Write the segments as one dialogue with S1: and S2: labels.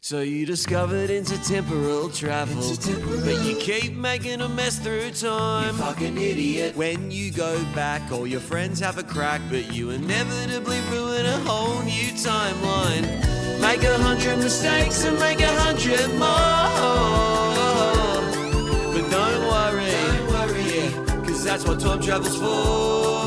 S1: So you discovered intertemporal travel, but you keep making a mess through time. You fucking idiot. When you go back, all your friends have a crack, but you inevitably ruin a whole new timeline. Make a hundred mistakes and make a hundred more. But don't worry, don't worry, cause that's what time travel's for.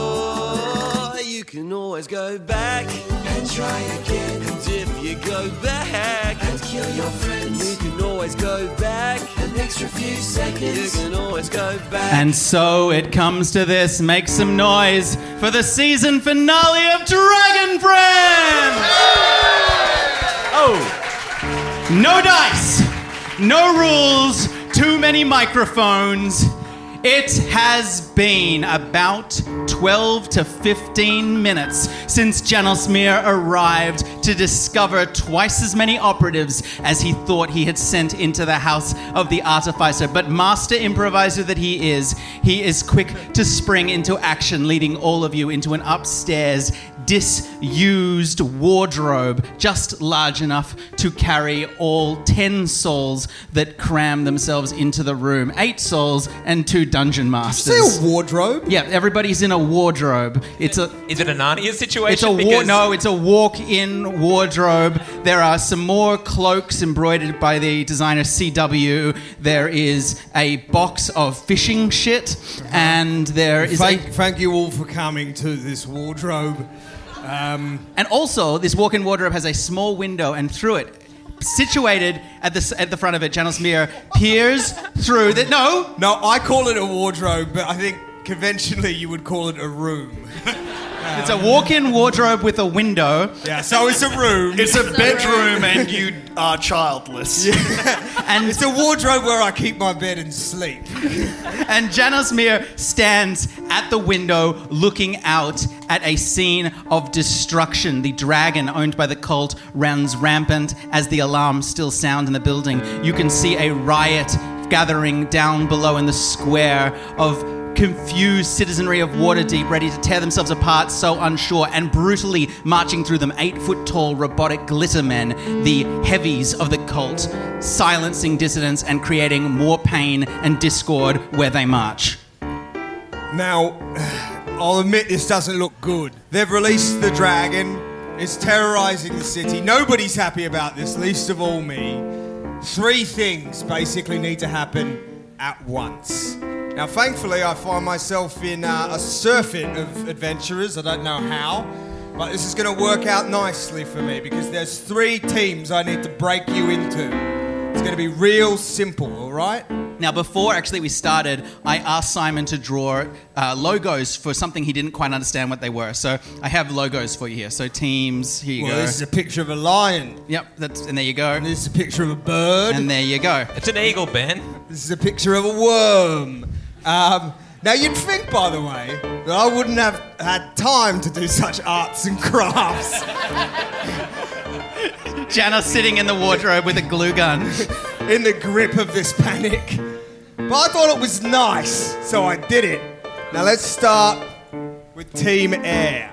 S1: You can always go back and try again. And if you go back and kill your friends, you can always go back an extra few seconds. You can always go back.
S2: And so it comes to this. Make some noise for the season finale of Dragon Friends! Oh. No dice, no rules, too many microphones. It has been about 12 to 15 minutes since Janosmir arrived to discover twice as many operatives as he thought he had sent into the house of the artificer. But master improviser that he is, he is quick to spring into action, leading all of you into an upstairs disused wardrobe just large enough to carry all 10 souls that cram themselves into the room. Eight souls and two dungeon masters.
S3: Is there a wardrobe?
S2: yeah, everybody's in a wardrobe. It's a
S4: Is it a Narnia situation?
S2: it's a war,
S4: Because-
S2: no, it's a walk-in wardrobe. There are some more cloaks embroidered by the designer CW. There is a box of fishing shit, and there is a
S3: Thank, thank you all for coming to this wardrobe. Um,
S2: And also, this walk-in wardrobe has a small window, and through it, situated at the s- at the front of it, Janos Mir peers through the no.
S3: no, I call it a wardrobe, but I think conventionally you would call it a room. Um,
S2: It's a walk-in wardrobe with a window,
S3: Yeah, so it's a room.
S5: It's a bedroom and you are childless.
S2: and
S3: It's a wardrobe where I keep my bed and sleep.
S2: and Janos Mir stands at the window, looking out at a scene of destruction. The dragon owned by the cult runs rampant as the alarms still sound in the building. You can see a riot gathering down below in the square of confused citizenry of Waterdeep ready to tear themselves apart, so unsure, and brutally marching through them eight foot tall robotic glitter men, the heavies of the cult, silencing dissidents and creating more pain and discord where they march.
S3: Now, I'll admit this doesn't look good. They've released the dragon. It's terrorizing the city. Nobody's happy about this, least of all me. Three things basically need to happen at once. Now, thankfully, I find myself in uh, a surfeit of adventurers. I don't know how, but this is going to work out nicely for me because there's three teams I need to break you into. It's going to be real simple, all right?
S2: Now, before actually we started, I asked Simon to draw uh, logos for something he didn't quite understand what they were. So I have logos for you here. So teams, here you
S3: Well,
S2: go.
S3: this is a picture of a lion.
S2: yep, that's and there you go,
S3: This is a picture of a bird.
S2: and there you go.
S4: It's an eagle, Ben.
S3: This is a picture of a worm. Um, now, you'd think, by the way, that I wouldn't have had time to do such arts and crafts.
S2: Jana sitting in the wardrobe with a glue gun.
S3: in the grip of this panic. But I thought it was nice, so I did it. Now let's start with Team Air.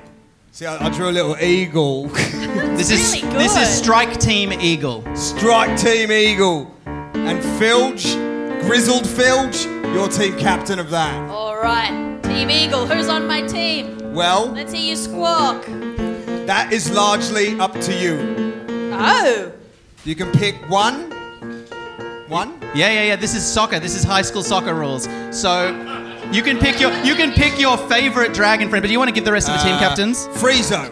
S3: See, I, I drew a little eagle.
S2: This is
S6: really good.
S2: this is Strike Team Eagle.
S3: Strike Team Eagle. And Filge, Grizzled Filge, your team captain of that.
S6: All right, Team Eagle, who's on my team?
S3: Well,
S6: Let's hear you squawk.
S3: that is largely up to you.
S6: Oh,
S3: You can pick one. One?
S2: Yeah, yeah, yeah. This is soccer. This is high school soccer rules. So you can pick your you can pick your favorite dragon friend, but do you want to give the rest of the team
S3: Uh,
S2: captains?
S3: Friezo.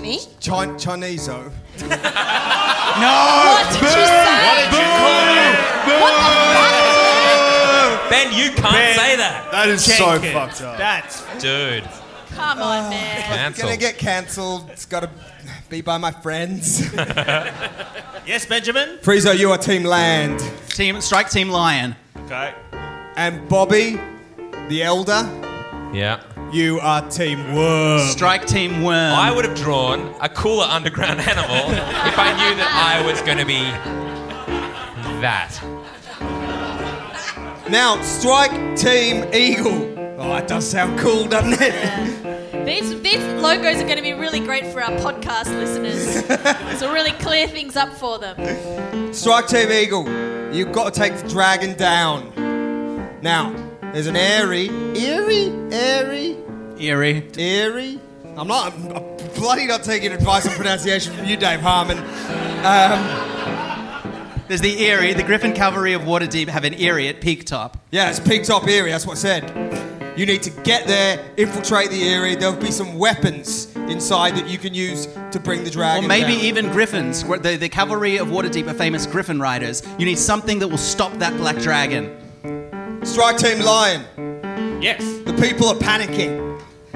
S6: me?
S3: Chi- Chineso.
S2: No!
S6: What did you say?
S4: Ben, you can't say that,
S5: That is so fucked up.
S4: dude.
S6: Come on, man.
S4: Cancel.
S3: Gonna get cancelled. It's gotta be by my friends.
S7: Yes, Benjamin.
S3: Friezo, you are Team Land.
S2: Team Strike Team Lion.
S7: Okay.
S3: And Bobby, the elder,
S4: yeah.
S3: you are Team
S5: Um,
S3: Worm.
S2: Strike Team Worm.
S4: I would have drawn a cooler underground animal if I knew that I was going to be that.
S3: Now, Strike Team Eagle. Oh, that does sound cool, doesn't it?
S6: These, these logos are going to be really great for our podcast listeners. this will really clear things up for them.
S3: Strike Team Eagle, you've got to take the dragon down. Now, there's an airy, airy, airy,
S2: Eerie.
S3: airy. I'm not, I'm, bloody not taking advice on pronunciation from you, Dave Harmon.
S2: Um, There's the Eerie. The Griffin Cavalry of Waterdeep have an Eerie at peak top.
S3: Yeah, it's peak top Erie, that's what I said. You need to get there, infiltrate the Erie. There'll be some weapons inside that you can use to bring the
S2: Or
S3: dragon
S2: maybe
S3: down.
S2: even griffins. Where The, the cavalry of Waterdeep are famous griffin riders. You need something that will stop that black dragon.
S3: Strike Team Lion.
S7: Yes.
S3: The people are panicking.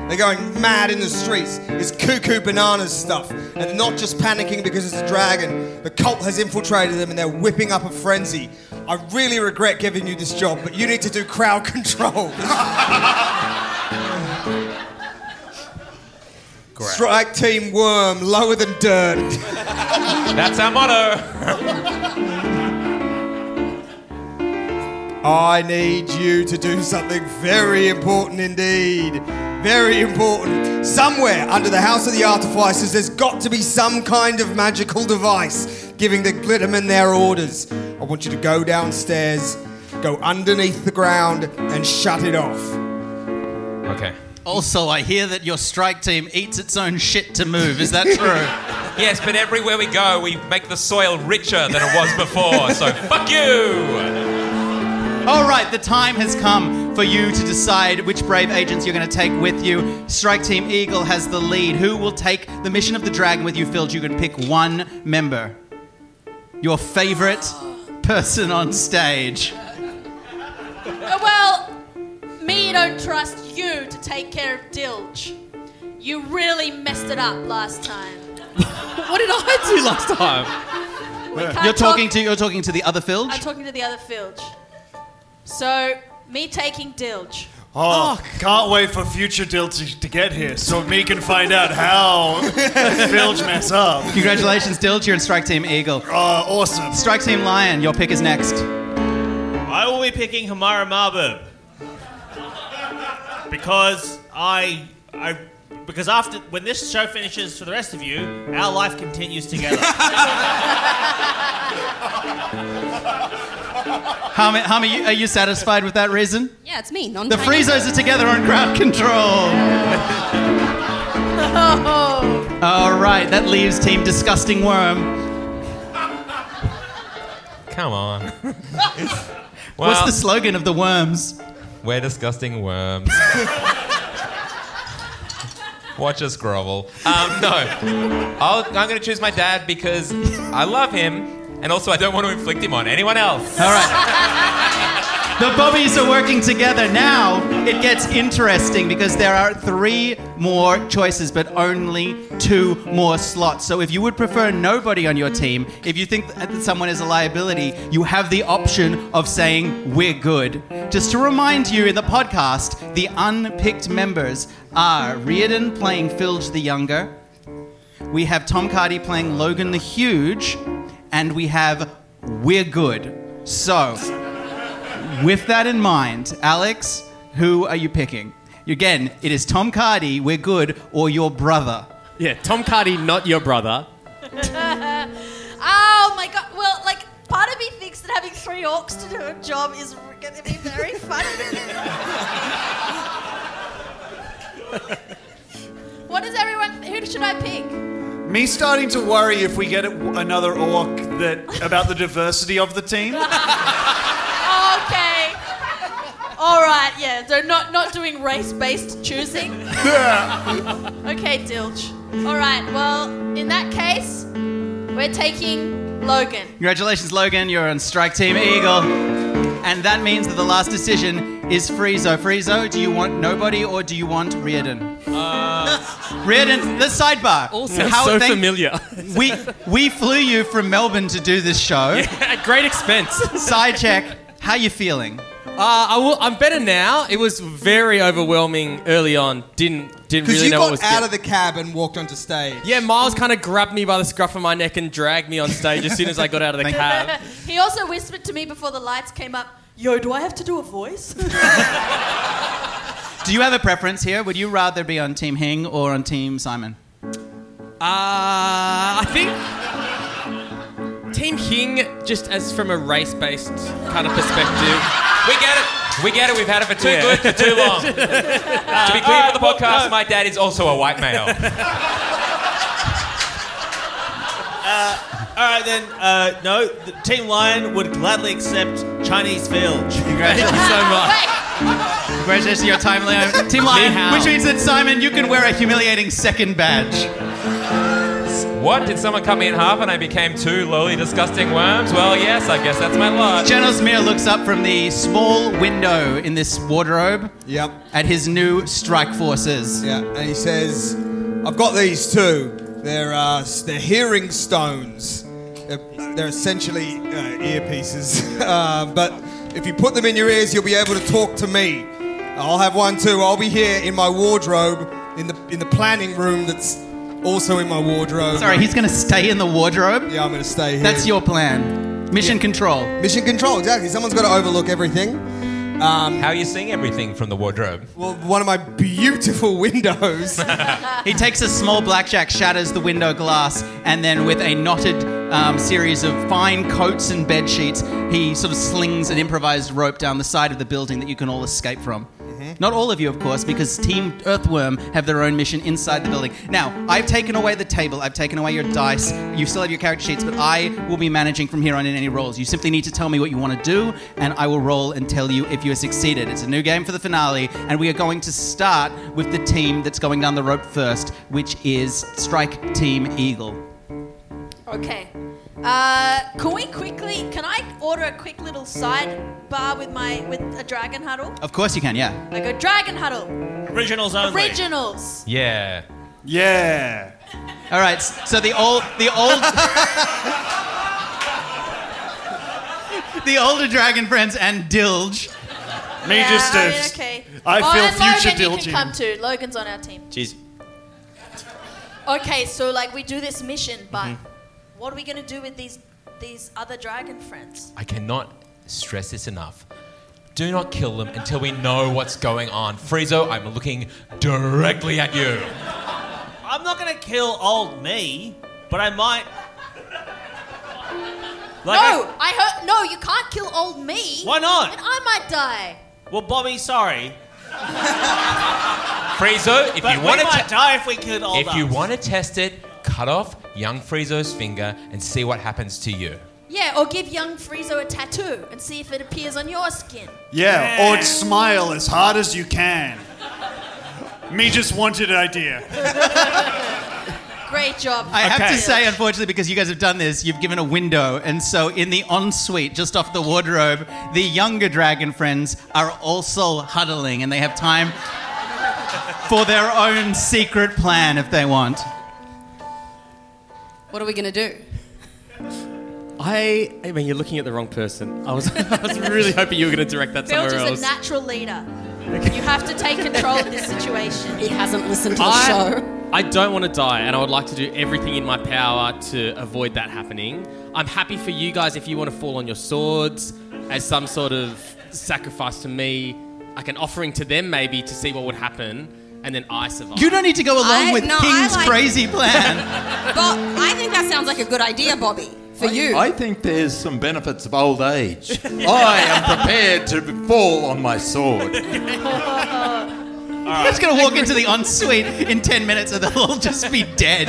S3: They're going mad in the streets. It's cuckoo bananas stuff. And not just panicking because it's a dragon. The cult has infiltrated them and they're whipping up a frenzy. I really regret giving you this job, but you need to do crowd control. Strike Team Worm, lower than dirt.
S4: That's our motto.
S3: I need you to do something very important indeed. Very important. Somewhere under the House of the Artificers, there's got to be some kind of magical device giving the Glittermen their orders. I want you to go downstairs, go underneath the ground, and shut it off.
S4: Okay.
S2: Also, I hear that your strike team eats its own shit to move. Is that true?
S4: Yes, but everywhere we go, we make the soil richer than it was before. So fuck you.
S2: All right, the time has come for you to decide which brave agents you're going to take with you. Strike Team Eagle has the lead. Who will take the mission of the dragon with you, Phil? You can pick one member. Your favorite person on stage.
S6: Uh, Well, me don't trust you to take care of Dilge. You really messed it up last time.
S2: What did I do last time?
S6: We can't
S2: You're talking
S6: talk-
S2: to you're talking to the other Phil.
S6: I'm talking to the other Filge. So, me taking Dilge.
S7: Oh, can't wait for future Dilge to get here so me can find out how Filge mess up.
S2: Congratulations, Dilge, you're in Strike Team Eagle.
S7: Oh, awesome.
S2: Strike Team Lion, your pick is next.
S7: I will be picking Hamara Marbub because I, I, because after when this show finishes for the rest of you, our life continues together.
S2: Hum, hum, are, you, are you satisfied with that reason?
S6: Yeah, it's me. Non
S2: The Freezos are together on crowd control.
S6: Oh,
S2: All right, that leaves Team Disgusting Worm.
S4: Come on.
S2: What's
S4: Well,
S2: the slogan of the worms?
S4: we're disgusting worms. Watch us grovel. Um, no, I'll, I'm going to choose my dad because I love him, and also I don't want to inflict him on anyone else.
S2: All right. The Bobbies are working together. Now it gets interesting because there are three more choices, but only two more slots. So if you would prefer nobody on your team, if you think that someone is a liability, you have the option of saying, We're good. Just to remind you, in the podcast, the unpicked members are Riordan playing Filge the Younger, we have Tom Cardy playing Logan the Huge, and we have We're Good. So, with that in mind, Alex, who are you picking? Again, it is Tom Cardy, We're Good, or your brother.
S8: Yeah, Tom Cardy, not your brother.
S6: oh my god. Well, like, part of me thinks that having three orcs to do a job is going to be very funny. what does everyone. Who should I pick?
S7: me starting to worry if we get another orc that about the diversity of the team.
S6: Okay. All right, yeah. So not not doing race-based choosing. okay, Dilch. All right. Well, in that case, we're taking Logan.
S2: Congratulations, Logan, you're on Strike Team Eagle. And that means that the last decision is Friezo. Friezo, do you want nobody or do you want Riordan? Riordan, the sidebar.
S8: Uh, Sounds so
S2: thank-
S8: familiar.
S2: We, we flew you from Melbourne to do this
S3: Oh.
S2: show.
S8: At great expense. Uh,
S2: Side check, how you feeling?
S8: I will, I'm better now. It was very overwhelming early on. Didn't didn't
S3: Because
S8: really
S3: you
S8: know what was
S3: got out
S8: go-
S3: of the cab and walked onto stage.
S8: Yeah, Miles kind of grabbed me by the scruff of my neck and dragged me on stage as soon as I got out of the cab.
S6: he also whispered to me before the lights came up, Yo, do I have to do a voice?
S2: Do you have a preference here? Would you rather be on Team Hing or on Team Simon?
S8: Uh, I think Team Hing, just as from a race-based kind of perspective.
S4: We get it. We get it. We've had it for too good for too long. to be clear for the podcast, my dad is also a white male.
S9: All right, then. Uh, no, the Team Lion would gladly accept Chinese Village.
S8: Thank you so much.
S2: Congratulations your time, Liam. Team Lion,
S8: Ni hao.
S2: which means that Simon, you can wear a humiliating second badge.
S4: What? Did someone cut me in half and I became two lowly, disgusting worms? Well, yes, I guess that's my lot.
S2: Janos Mir looks up from the small window in this wardrobe
S3: Yep.
S2: at his new strike forces.
S3: Yeah, and he says, "I've got these two. They're uh, s- they're hearing stones. They're, they're essentially uh, earpieces. uh, but if you put them in your ears, you'll be able to talk to me. I'll have one too. I'll be here in my wardrobe, in the in the planning room that's also in my wardrobe.
S2: Sorry, he's going to stay in the wardrobe?
S3: yeah, I'm gonna stay here.
S2: That's your plan. Mission control.
S3: mission control. Exactly. Someone's got to overlook everything.
S4: How you seeing everything from the wardrobe?
S3: Well, one of my beautiful windows.
S2: He takes a small blackjack, shatters the window glass, and then with a knotted um, series of fine coats and bed sheets, he sort of slings an improvised rope down the side of the building that you can all escape from.
S3: Mm-hmm.
S2: Not all of you, of course, because Team Earthworm have their own mission inside the building. Now, I've taken away the table, I've taken away your dice, you still have your character sheets, but I will be managing from here on in any rolls. You simply need to tell me what you want to do, and I will roll and tell you if you have succeeded. It's a new game for the finale, and we are going to start with the team that's going down the rope first, which is Strike Team Eagle.
S6: okay. Uh, can we quickly, can I order a quick little side bar with my, with a dragon huddle?
S2: Of course you can, yeah.
S6: I go, dragon huddle,
S9: Originals only.
S6: originals.
S4: Yeah.
S7: Yeah.
S2: All right, s- so the old, the old. The older dragon friends and Dilge
S7: Me
S6: Yeah,
S7: just
S6: I mean,
S7: uh,
S6: okay.
S7: I
S6: oh,
S7: feel
S6: and
S7: future
S6: Logan, you can
S7: Dilging.
S6: come too. Logan's on our team.
S9: Jeez.
S6: Okay, so like we do this mission, but
S9: Mm-hmm.
S6: what are we gonna do with these these other dragon friends?
S4: I cannot stress this enough. Do not kill them until we know what's going on. Friezo, I'm looking directly at you.
S9: I'm not gonna kill old me, but I might. Like I-
S6: no, I hope no. You can't kill old me.
S9: Why not?
S6: And I might die.
S9: well, Bobby, sorry,
S4: Friezo, if
S9: but
S4: you
S9: we
S4: want to
S9: might die if we could old
S4: if you
S9: us.
S4: want to test it, cut off young Friezo's finger and see what happens to you.
S6: Yeah, or give young Friezo a tattoo and see if it appears on your skin.
S7: Yeah, or smile as hard as you can. Me just wanted an idea.
S6: Great job.
S2: I have
S7: Okay.
S2: to say, unfortunately, because you guys have done this, you've given a window, and so in the ensuite, just off the wardrobe, the younger dragon friends are also huddling, and they have time for their own secret plan if they want.
S10: What are we gonna do?
S8: I, I mean, you're looking at the wrong person. I was, I was really hoping you were going to direct that
S6: Bilge
S8: somewhere
S6: is
S8: else.
S6: a natural leader. You have to take control of this situation.
S10: He hasn't listened to the show.
S8: I, I don't want to die, and I would like to do everything in my power to avoid that happening. I'm happy for you guys if you want to fall on your swords as some sort of sacrifice to me, like an offering to them maybe to see what would happen, and then I survive.
S2: You don't need to go along
S10: I-
S2: with
S10: no,
S2: King's
S10: I like-
S2: crazy plan.
S10: But I think that sounds like a good idea, Bobby. For you.
S11: I think there's some benefits of old age. I am prepared to fall on my sword.
S2: He's gonna walk into the ensuite in 10 minutes and they'll all just be dead.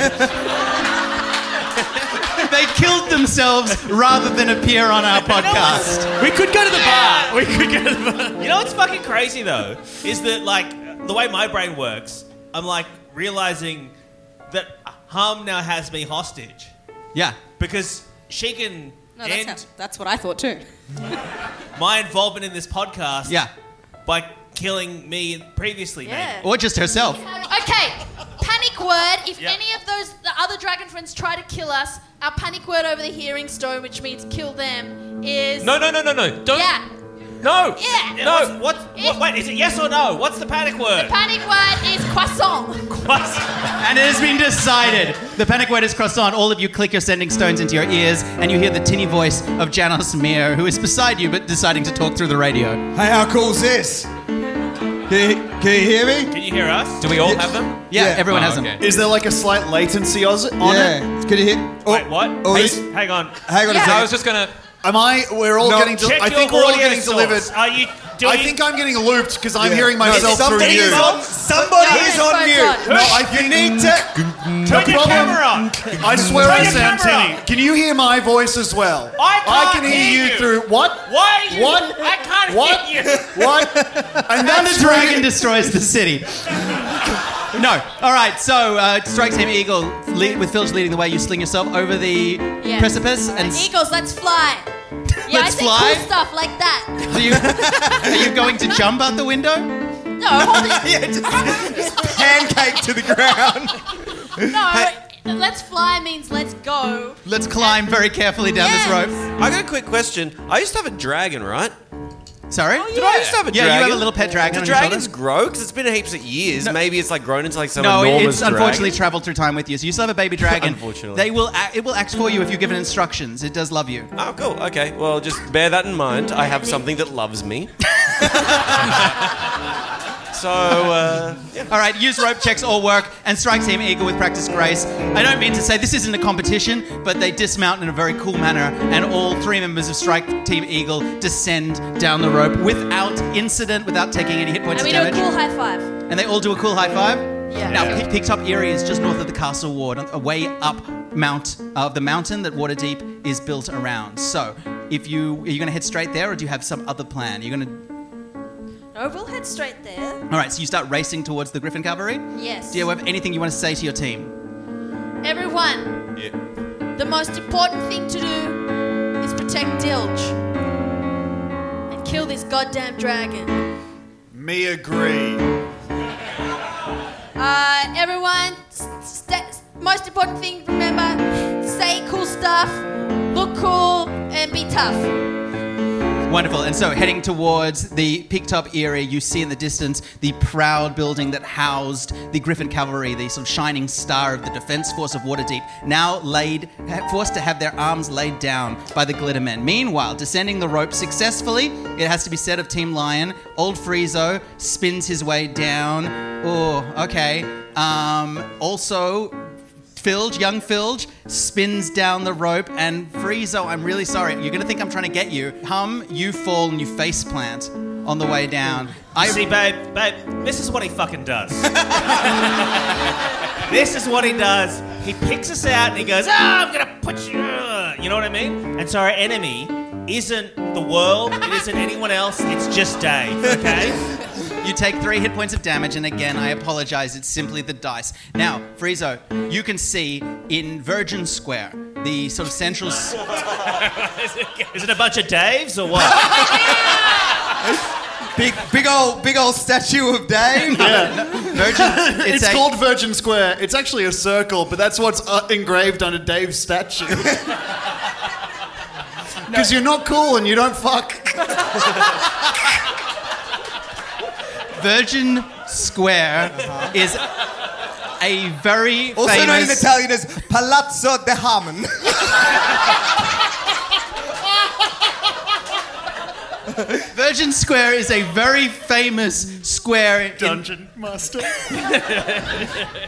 S2: they killed themselves rather than appear on our podcast.
S8: we could go to the bar. We could go to the bar.
S9: You know what's fucking crazy though is that like the way my brain works, I'm like realizing that Hum now has me hostage
S2: Yeah.
S9: because she can
S10: no, that's,
S9: end
S10: how, that's what I thought too.
S9: my involvement in this podcast.
S2: Yeah.
S9: by killing me previously.
S6: Yeah.
S2: Or just herself.
S6: Okay, panic word. If any of those the other dragon friends try to kill us, our panic word over the hearing stone, which means kill them, is
S12: No, no, no, no, no. Don't.
S6: yeah.
S12: No.
S6: Yeah.
S12: No.
S9: What? what wait, is it yes or no? What's the panic
S6: The
S9: word?
S6: panic word is croissant.
S2: And it has been decided. The panic word is crossed on. All of you click your sending stones into your ears, and you hear the tinny voice of Janos Mir, who is beside you but deciding to talk through the radio.
S3: Hey, how cool's this? Can you, can you hear me?
S9: Can you hear us?
S12: Do we all have them?
S2: Yeah, everyone has them.
S5: Is there like a slight latency on it?
S3: Yeah. Can you hear?
S9: Wait, what?
S5: oh,
S9: Hey,
S5: this-
S9: hang on.
S5: hang on a Yeah. second.
S12: I was just gonna.
S5: Am I? We're all
S12: No.
S5: getting. Del-
S12: Check
S5: I think
S12: your
S5: we're all
S12: audio
S5: getting
S12: source.
S5: delivered.
S12: Are you
S5: I
S12: doing-
S5: think I'm getting looped because I'm
S12: Yeah.
S5: hearing
S12: No,
S5: myself through
S12: somebody
S5: you.
S12: is on-
S3: somebody
S12: is on mute.
S5: No, I
S3: You need to.
S5: Turn
S3: your camera
S5: on. I swear
S3: Turn
S5: I
S3: your
S5: sound
S3: camera
S5: tinny. Can you hear my voice as well?
S3: I
S5: can
S3: can't
S5: hear,
S3: hear
S5: you
S3: you.
S5: through what?
S9: Why
S3: are you-
S5: What?
S3: I can't
S5: what?
S3: hear you.
S5: What? And
S2: Another
S5: that's
S2: dragon
S5: really-
S2: destroys the city. No. All right. So uh, it strikes him eagle lead, with Filch leading the way. You sling yourself over the
S6: Yeah.
S2: precipice and s-
S6: eagles, let's fly. Yeah,
S2: Let's
S6: I say
S2: fly?
S6: cool stuff like that.
S2: are you, are you going to jump out the window?
S6: No, hold it.
S3: pancake to the ground.
S6: No, let's fly means let's go.
S2: Let's climb very carefully down this rope.
S13: I got a quick question. I used to have a dragon, right?
S1: Oh,
S2: Sorry?
S13: Did I used to have a
S2: Oh, Yeah, you
S13: dragon?
S2: have a little pet dragon
S13: Do
S2: on your
S13: dragons grow? Because it's been heaps of years. Maybe it's like grown into like some
S2: no,
S13: enormous
S2: it's
S13: dragon.
S2: unfortunately travelled through time with you, so you still have a baby dragon.
S13: Unfortunately.
S2: they will act, it will act for you if you give it instructions. It does love you.
S13: Oh, cool. Okay. Well, just bear that in mind. I have something that loves me. so, uh,
S2: All right, use rope checks all work and strike team eagle with practice grace. I don't mean to say this isn't a competition, but they dismount in a very cool manner, and all three members of strike team eagle descend down the rope without incident, without taking any hit points
S6: and we
S2: of
S6: do a
S2: damage.
S6: cool high five.
S2: and they all do a cool high five.
S6: Yeah.
S2: Now, Pick, Picktop Erie is just north of the Castle Ward, on- way up mount of the mountain that Waterdeep is built around. So, if you are you going to head straight there, or do you have some other plan? You're going to
S6: No, we'll head straight there.
S2: all right. So you start racing towards the Griffin Cavalry.
S6: Yes.
S2: Do you have anything you want to say to your team?
S6: Everyone,
S2: Yeah.
S6: the most important thing to do is protect Dilge and kill this goddamn dragon.
S5: Me agree.
S6: Uh, everyone, st- st- most important thing, remember, say cool stuff, look cool, and be tough.
S2: Wonderful. And so, heading towards the Picktop Erie, you see in the distance the proud building that housed the Griffin Cavalry, the sort of shining star of the defense force of Waterdeep, now laid, ha- forced to have their arms laid down by the Glitter Men. Meanwhile, descending the rope successfully, it has to be said of Team Lion, Old Friezo spins his way down. Oh, okay. Um, also, Filge, young Filge, spins down the rope, and Friezo, I'm really sorry. You're gonna think I'm trying to get you. Hum, you fall and you face plant on the way down. I
S9: see, babe, babe. This is what he fucking does. this is what he does. He picks us out and he goes, "Ah, I'm gonna put you." You know what I mean? And so our enemy isn't the world. It isn't anyone else. It's just Dave. Okay.
S2: You take three hit points of damage, and again, I apologize, it's simply the dice. Now, Friezo, you can see in Virgin Square, the sort of central. s-
S9: Is it a bunch of Daves or what?
S3: Big, big old, big old statue of Dave.
S2: Virgin,
S5: it's
S2: it's a-
S5: called Virgin Square. It's actually a circle, but that's what's uh, engraved under Dave's statue. Because you're not cool and you don't fuck.
S2: Virgin Square is a very
S3: Also
S2: famous.
S3: known in Italian as Palazzo de Harmon.
S2: Virgin Square is a very famous square in-
S5: Dungeon master.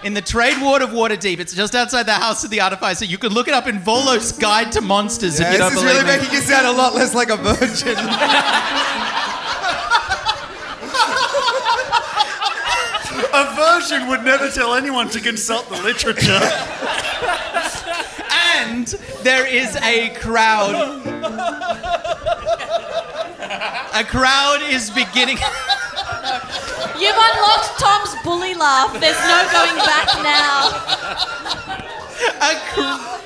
S2: in the trade ward of Waterdeep. It's just outside the House of the Artificer. You could look it up in Volo's Guide to Monsters if you
S3: Yeah,
S2: don't
S3: this is
S2: believe
S3: really
S2: me.
S3: making you sound a lot less like a virgin.
S5: a version would never tell anyone to consult the literature.
S2: and there is a crowd. A crowd is beginning.
S6: You've unlocked Tom's bully laugh. There's no going back now.
S2: A, cr-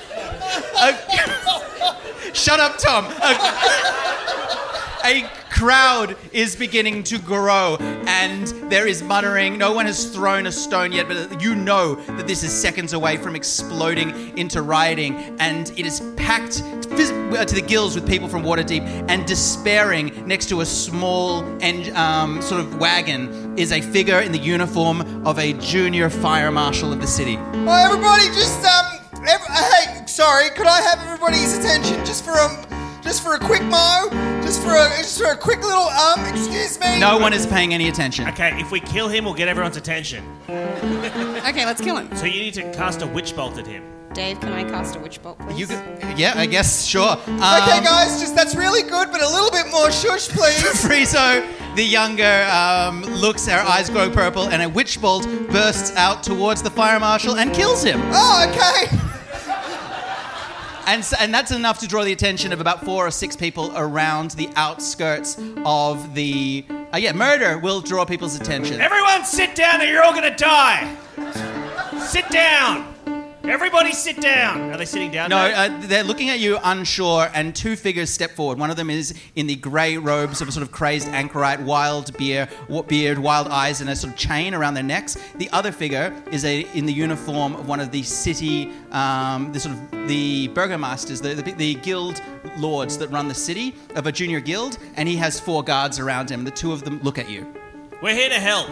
S2: a Shut up, Tom. A, a crowd is beginning to grow, and there is muttering. No one has thrown a stone yet, but you know that this is seconds away from exploding into rioting, and it is packed phys- to the gills with people from Waterdeep. And despairing next to a small and um, sort of wagon is a figure in the uniform of a junior fire marshal of the city.
S14: Oh, everybody, just um, ev- hey, sorry, could I have everybody's attention just for um, just for a quick mo, just for a just for a quick little um, excuse me.
S2: No one is paying any attention.
S9: Okay, if we kill him, we'll get everyone's attention.
S10: Okay, let's kill him.
S9: So you need to cast a witch bolt at him.
S10: Dave, can I cast a witch bolt? Please? You
S2: Yeah, I guess sure.
S14: okay,
S2: Um,
S14: guys, just that's really good, but a little bit more shush, please.
S2: Friso, the younger, um, looks, her eyes grow purple, and a witch bolt bursts out towards the fire marshal and kills him.
S14: Oh, okay.
S2: And, s- and that's enough to draw the attention of about four or six people around the outskirts of the. Uh, yeah, murder will draw people's attention.
S9: Everyone sit down or you're all gonna die! sit down! Everybody sit down! Are they sitting down?
S2: No,
S9: now?
S2: uh, they're looking at you unsure, and two figures step forward. One of them is in the grey robes of a sort of crazed anchorite, wild beer, wa- beard, wild eyes, and a sort of chain around their necks. The other figure is a, in the uniform of one of the city, um, the sort of the burgomasters, the, the, the guild lords that run the city of a junior guild, and he has four guards around him. The two of them look at you.
S9: We're here to help.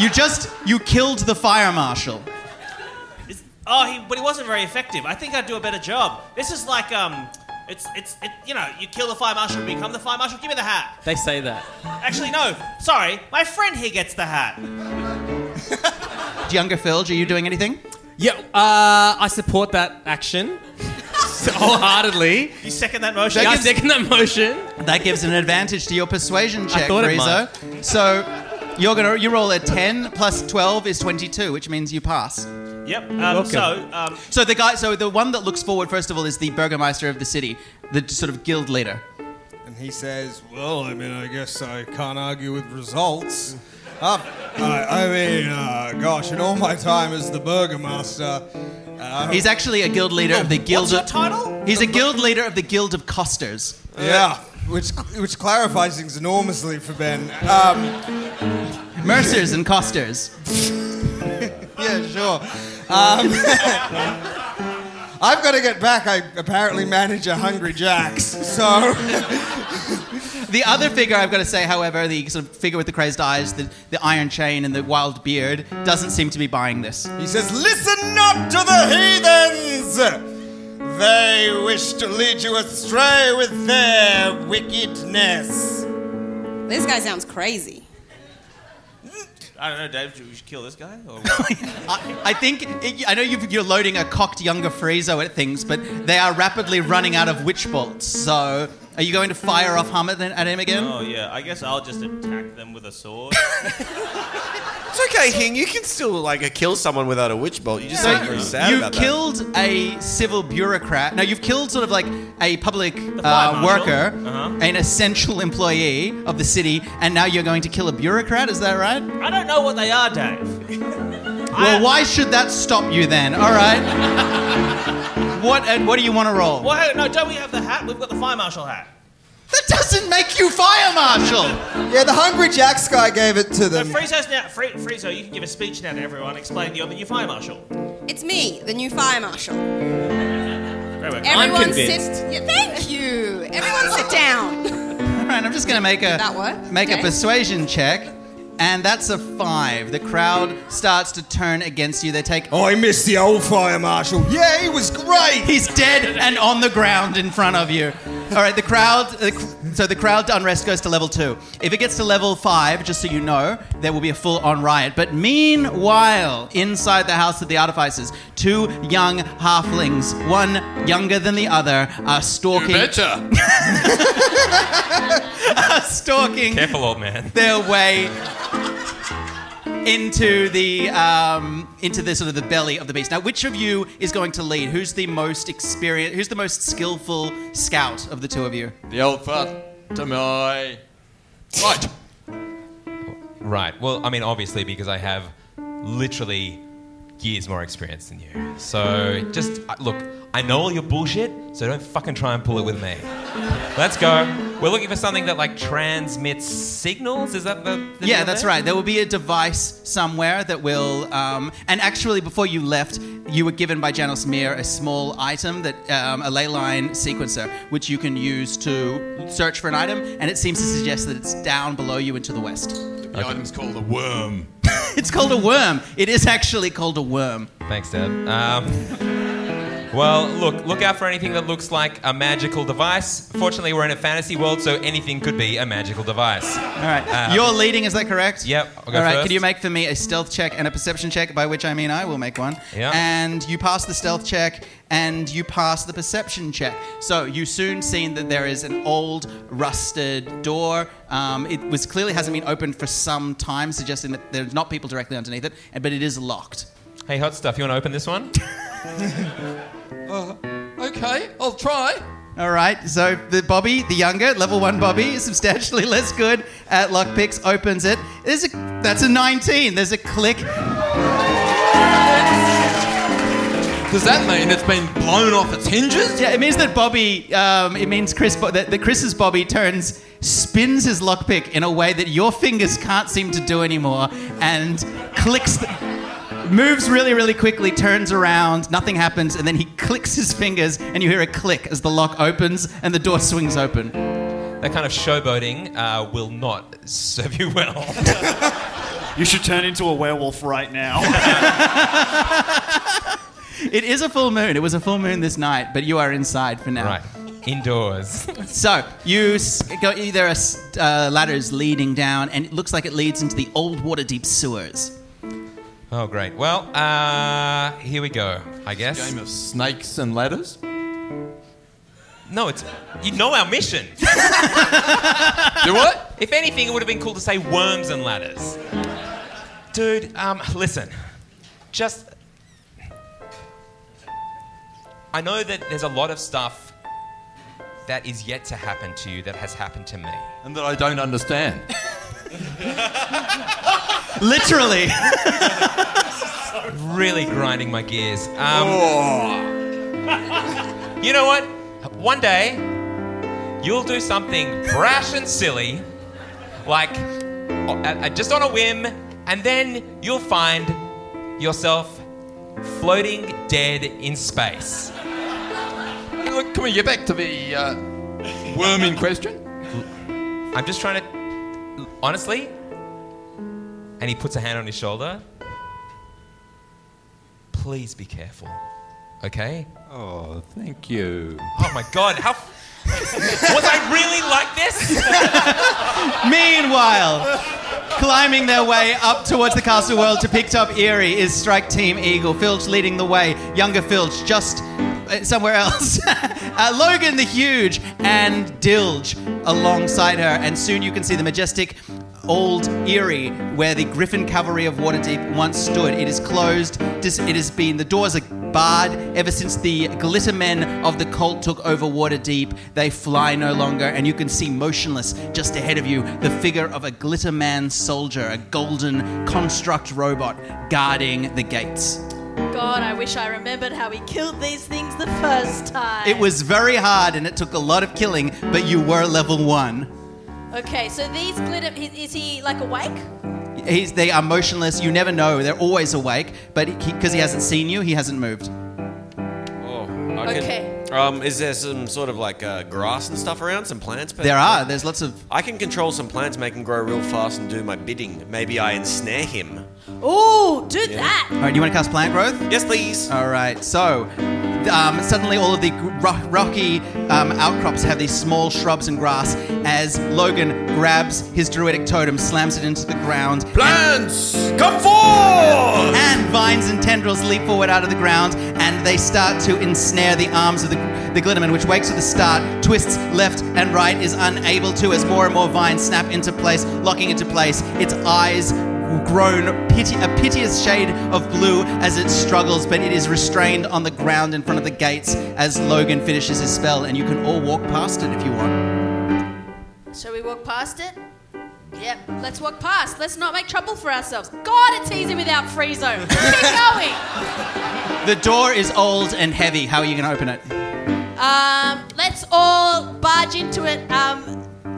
S2: You just you killed the fire marshal.
S9: Oh, he, but he wasn't very effective. I think I'd do a better job. This is like, um, it's, it's, it, you know, you kill the fire marshal, become the fire marshal. Give me the hat.
S8: They say that.
S9: Actually, no. Sorry, my friend here gets the hat.
S2: Younger Filge, are you doing anything?
S8: Yeah, uh, I support that action wholeheartedly.
S9: You second that motion?
S8: Yeah, I
S2: gives-
S8: second that motion.
S2: That gives an advantage to your persuasion
S8: I
S2: check,
S8: thought it
S2: Rizzo. So you're gonna you roll a ten plus twelve is twenty two, which means you pass.
S9: Yep. Um,
S2: Welcome.
S9: so, um,
S2: So the guy, so the one that looks forward first of all is the burgomeister of the city, the sort of guild leader.
S3: And he says, Well, I mean, I guess I can't argue with results. Uh, I, I mean, uh, gosh, in all my time as the burgomaster. Uh,
S2: He's actually a guild leader of the guild.
S3: What's your
S2: of-
S3: title?
S2: He's a guild leader of the guild of costers.
S3: Yeah, which, which clarifies things enormously for Ben. Um,
S2: Mercers and costers.
S3: yeah, sure. Um, I've got to get back. I apparently manage a Hungry Jack's, so.
S2: The other figure I've got to say, however, the sort of figure with the crazed eyes, the, the iron chain, and the wild beard, doesn't seem to be buying this.
S3: He says, Listen not to the heathens!
S14: They wish to lead you astray with their wickedness.
S10: This guy sounds crazy.
S9: I don't know, Dave. Should we kill this guy? Or
S2: I think I know you've, you're loading a cocked younger Friezo at things, but they are rapidly running out of witch bolts. So, are you going to fire off Hum at, them- at him again?
S9: Oh yeah. I guess I'll just attack them with a sword.
S1: It's okay, King. You can still like uh, kill someone without a witch bolt. You just
S2: So
S1: sound very sad
S2: you
S1: about that.
S2: killed a civil bureaucrat. No, you've killed sort of like a public
S1: fire
S2: uh,
S1: marshal.
S2: worker,
S9: Uh-huh.
S2: an essential employee of the city, and now you're going to kill a bureaucrat. Is that right?
S9: I don't know what they are, Dave.
S2: Well, why should that stop you then? All right. what and what do you want to roll?
S9: Well, hang on, no, don't we have the hat? We've got the fire marshal hat.
S2: That doesn't make you fire marshal.
S14: Yeah, the Hungry Jack's guy gave it to
S9: So
S14: them.
S9: Friezo's now. Free, Friezo, you can give a speech now to everyone. Explain you're the new fire marshal.
S10: It's me, the new fire marshal.
S9: Very well.
S10: Everyone sit. Yeah, thank you. Everyone sit down.
S2: All right, I'm just going to make a
S10: Did that work?
S2: make a
S10: Okay.
S2: persuasion check, and that's a five. The crowd starts to turn against you. They take.
S3: Oh, I missed the old fire marshal. Yeah, he was great.
S2: He's dead and on the ground in front of you. All right, the crowd. The, cr- so the crowd unrest goes to level two. If it gets to level five, just so you know, there will be a full-on riot. But meanwhile, inside the house of the artificers, two young halflings, one younger than the other, are stalking. are stalking.
S4: Careful, old man.
S2: their way into the um, into the sort of the belly of the beast. Now, which of you is going to lead? Who's the most experienced? Who's the most skillful scout of the two of you?
S11: The old fart to my right.
S4: Right. Well, I mean, obviously, because I have literally years more experience than you. So just uh, look, I know all your bullshit, so don't fucking try and pull it with me. Let's go. We're looking for something that like transmits signals. Is that the? the
S2: yeah,
S4: deal
S2: that's
S4: there?
S2: right. There will be a device somewhere that will. Um, and actually, before you left, you were given by Janos Mir a small item that um, a ley line sequencer, which you can use to search for an item, and it seems to suggest that it's down below you and to the west.
S11: The item's called a worm.
S2: it's called a worm. It is actually called a worm.
S4: Thanks, Dad. Um, well, look, look out for anything that looks like a magical device. Fortunately, we're in a fantasy world, so anything could be a magical device. All
S2: right, You're leading, is that correct?
S4: Um, Yep. I'll go
S2: All right,
S4: first.
S2: can you make for me a stealth check and a perception check? By which I mean I will make one.
S4: Yeah.
S2: And you pass the stealth check and you pass the perception check. So you soon seen that there is an old, rusted door. Um, it was clearly hasn't been opened for some time, suggesting that there's not people directly underneath it, and- but it is locked.
S4: Hey, hot stuff, you want to open this one?
S11: Uh, okay, I'll try.
S2: All right, so the Bobby, the younger, level one Bobby, is substantially less good at lockpicks, opens it. There's a, that's a 19. There's a click.
S11: Does that mean it's been blown off its hinges?
S2: Yeah, it means that Bobby, um, it means Chris, Bo- that, that Chris's Bobby turns, spins his lockpick in a way that your fingers can't seem to do anymore and clicks, the, moves really, really quickly, turns around, nothing happens, and then he clicks his fingers and you hear a click as the lock opens and the door swings open.
S4: That kind of showboating uh, will not serve you well.
S7: You should turn into a werewolf right now.
S2: It is a full moon. It was a full moon this night, but you are inside for now. Right.
S4: Indoors.
S2: so you s- go. There are s- uh, ladders leading down, and it looks like it leads into the old Waterdeep sewers.
S4: Oh, great. Well, uh, here we go, I guess. game
S11: of snakes and ladders?
S4: No, it's. You know our mission.
S11: Do what?
S4: If anything, it would have been cool to say worms and ladders. Dude, um, listen. Just. I know that there's a lot of stuff that is yet to happen to you that has happened to me.
S11: And that I don't understand.
S2: Literally.
S4: really grinding my gears. Um, you know what? One day, you'll do something brash and silly, like uh, uh, just on a whim, and then you'll find yourself floating dead in space.
S11: Look, can we get back to the uh, worm in question?
S4: I'm just trying to, honestly. And he puts a hand on his shoulder. Please be careful, okay?
S11: Oh, thank you.
S4: Oh my god, how. Was I really like this?
S2: Meanwhile, climbing their way up towards the castle world to pick up Erie is Strike Team Eagle. Filch leading the way. Younger Filch just uh, somewhere else. uh, Logan the Huge and Dilge alongside her, and soon you can see the majestic. Old Erie, where the Griffin Cavalry of Waterdeep once stood. It is closed. Dis- It has been, the doors are barred ever since the glitter men of the cult took over Waterdeep. They fly no longer, and you can see motionless just ahead of you the figure of a glitter man soldier, a golden construct robot guarding the gates.
S6: God, I wish I remembered how he killed these things the first time.
S2: It was very hard and it took a lot of killing, but you were level one.
S6: Okay, so these glitter. he- Is he like awake?
S2: He's, they are motionless, you never know, they're always awake, but because he, hasn't seen you, he hasn't moved.
S1: Oh,
S6: Okay.
S1: Um, is there some sort of like uh, grass and stuff around? Some plants?
S2: There are, there's lots of.
S1: I can control some plants, make them grow real fast, and do my bidding. Maybe I ensnare him.
S6: Ooh, do
S1: Yeah.
S6: that.
S2: All right, do you want to cast plant growth?
S1: Yes, please.
S2: All right, so um, suddenly all of the gr- ro- rocky um, outcrops have these small shrubs and grass as Logan grabs his druidic totem, slams it into the ground.
S11: Plants, come forth!
S2: And vines and tendrils leap forward out of the ground and they start to ensnare the arms of the, the Glitterman, which wakes with a start, twists left and right, is unable to as more and more vines snap into place, locking into place, its eyes grown pity, a piteous shade of blue as it struggles, but it is restrained on the ground in front of the gates as Logan finishes his spell, and you can all walk past it if you want.
S6: Shall we walk past it? Yep. Let's walk past. Let's not make trouble for ourselves. God, it's easy without free zone. Keep going.
S2: The door is old and heavy. How are you going to open it?
S6: Um, let's all barge into it um,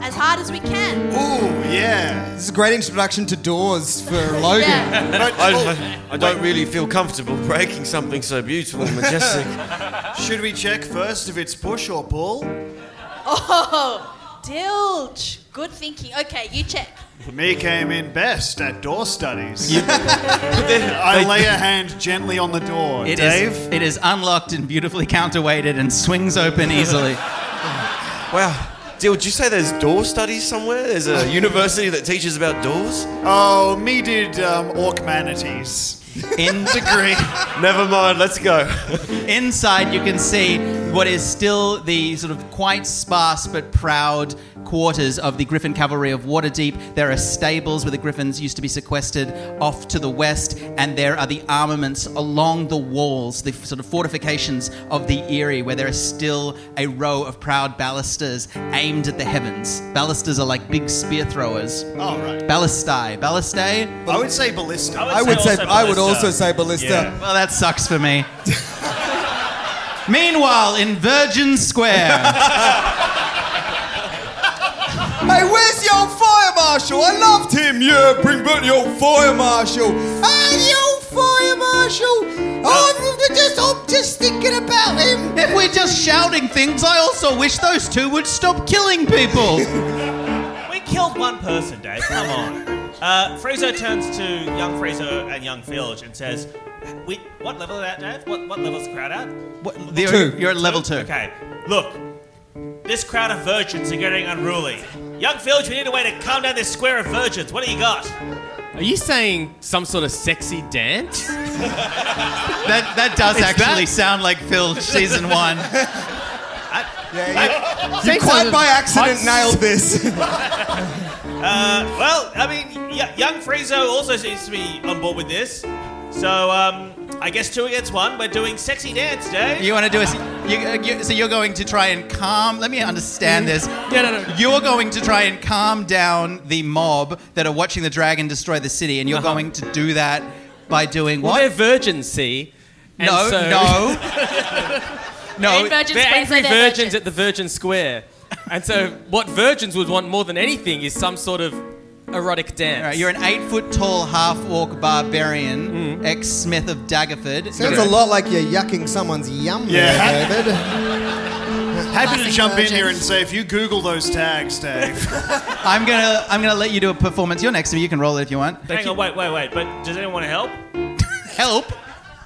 S6: as hard as we can.
S3: Ooh, yeah. This is a great introduction to doors for Logan.
S6: Yeah.
S13: I, I don't really feel comfortable breaking something so beautiful and majestic.
S15: Should we check first if it's push or pull?
S6: Oh, Dilge. Good thinking. Okay, you check.
S5: Me came in best at door studies.
S2: They-
S5: I lay a hand gently on the door.
S2: It is-
S5: Dave,
S2: it is unlocked and beautifully counterweighted and swings open easily.
S13: wow. Deal, did you say there's door studies somewhere? There's a university that teaches about doors?
S5: Oh, me did um, orc manatees.
S2: In
S5: degree.
S13: Never mind, let's go.
S2: Inside, you can see what is still the sort of quite sparse but proud quarters of the Griffin Cavalry of Waterdeep. There are stables where the Griffins used to be sequestered off to the west, and there are the armaments along the walls, the sort of fortifications of the Eyrie, where there is still a row of proud balusters aimed at the heavens. Balusters are like big spear throwers.
S5: Oh, right.
S2: Ballistae. Ballistae?
S5: I would say ballista.
S2: I would say also
S16: I would
S2: ballista.
S16: also say ballista.
S2: Yeah. Well, that sucks for me. Meanwhile, in Virgin Square,
S3: Hey, where's the old fire marshal? I loved him. Yeah, bring back the old fire marshal. Hey, the old fire marshal. Oh, I'm just, I'm just thinking about him.
S2: if we're just shouting things, I also wish those two would stop killing people.
S9: We killed one person, Dave. Come on. Uh, Friezo turns to young Friezo and young Filge and says, we, "What level are that, Dave? What, what level's the crowd at?
S2: What, They're- You're at level two.
S9: Okay, look. This crowd of virgins are getting unruly. Young Filge, we need a way to calm down this square of virgins. What do you got?
S8: Are you saying some sort of sexy dance?
S2: that that does
S8: Is
S2: actually
S8: that-
S2: sound like Phil season one.
S3: You quite by accident nailed this.
S9: Uh, well, I mean, y- young Friezo also seems to be on board with this. So, um, I guess two against one. We're doing sexy dance, Dave.
S2: You want to do a. s- You, uh, you, so you're going to try and calm. Let me understand this.
S9: Yeah, no, no.
S2: You're going to try and calm down the mob that are watching the dragon destroy the city, and you're going to do that by doing
S8: Well,
S2: what?
S8: they're virgins, see? And
S2: no,
S8: so-
S2: no.
S8: No,
S2: They're in Virgin
S8: they're
S2: Square,
S8: angry
S2: so they're
S8: virgins at the Virgin Square. And so, what virgins would want more than anything is some sort of erotic dance.
S2: All right, you're an eight foot tall half orc barbarian, ex Smith of Daggerford.
S3: Sounds a lot like you're yucking someone's yum
S5: Yeah.
S3: there, David.
S5: Happy to
S3: Classic
S5: jump in
S3: virgins.
S5: here and say if you Google those tags, Dave.
S2: I'm gonna I'm gonna let you do a performance. You're next to me. You can roll it if you want.
S9: Hang on, wait, wait, wait. But does anyone want to help?
S2: Help.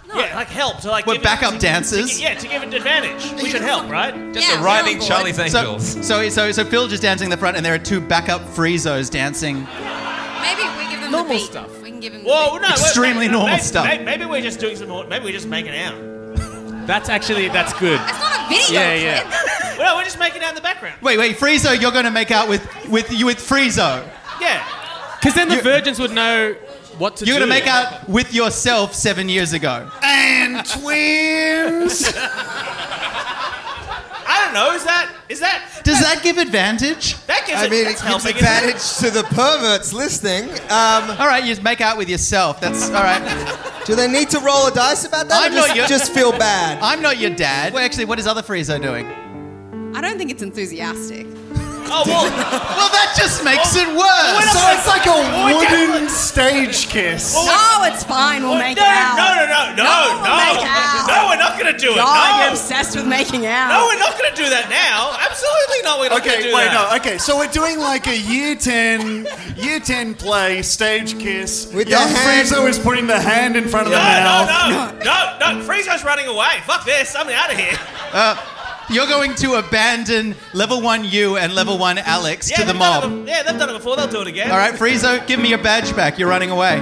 S9: No, like help to like.
S2: We're
S9: give it-
S2: backup
S9: to-
S2: dancers.
S9: to gi- yeah, to give it an advantage. We should help, right?
S4: Just Yeah, arriving we're on board. Charlie's
S2: So, so so so Phil just dancing in the front, and there are two backup Freezos dancing.
S10: Maybe we give them
S8: Normal
S10: the beat.
S8: stuff.
S10: We can give them
S9: Whoa,
S10: the
S9: no.
S10: beat.
S2: Extremely
S9: wait,
S2: normal
S9: maybe,
S2: stuff.
S9: Maybe, maybe we're just doing some. Maybe we're just making out.
S8: That's actually that's good.
S10: It's not a video.
S8: Yeah, yeah.
S9: well, we're just making out in the background.
S2: Wait wait Friezo, you're gonna make out with with you with Friezo.
S9: Yeah.
S8: Because then the virgins would know what to
S2: You're
S8: do.
S2: gonna make out with yourself seven years ago.
S15: And twins.
S9: I don't know. Is that is that
S2: Does that give advantage?
S9: that gives
S3: I
S9: it,
S3: mean, it gives
S9: that's helping, isn't it?
S3: advantage to the perverts listening. Um,
S2: All right, you make out with yourself. That's all right.
S3: do they need to roll a dice about that?
S2: I'm
S3: or
S2: not
S3: just,
S2: your-
S3: just feel bad.
S2: I'm not your dad. Well, actually, what is other Friezo doing?
S10: I don't think it's enthusiastic.
S9: Oh well,
S2: Well, that just makes
S5: Oh,
S2: it
S3: So
S2: worse.
S3: it's like a wooden.
S5: Stage kiss.
S10: Oh, No, it's fine. We'll make
S9: no,
S10: it out.
S9: no, no, no, no,
S10: No, we'll
S9: no,
S10: make out.
S9: no, we're not gonna do it.
S10: God,
S9: no,
S10: you're obsessed with making out.
S9: no, we're not gonna do that now. Absolutely not. We're not
S5: Okay,
S9: gonna do
S5: wait,
S9: that.
S5: no. Okay, so we're doing like a year ten, year ten play stage kiss.
S3: With
S5: Young
S3: the hand.
S5: Friezo is putting the hand in front of the
S9: No,
S5: mouth.
S9: no, no, no, no, Friezo's running away. Fuck this, I'm out of here.
S2: Uh, You're going to abandon level one you and level one Alex to the
S9: they've done it
S2: mob.
S9: be- yeah, they've done it before, they'll do it again.
S2: All right, Friezo, give me your badge back. You're running away.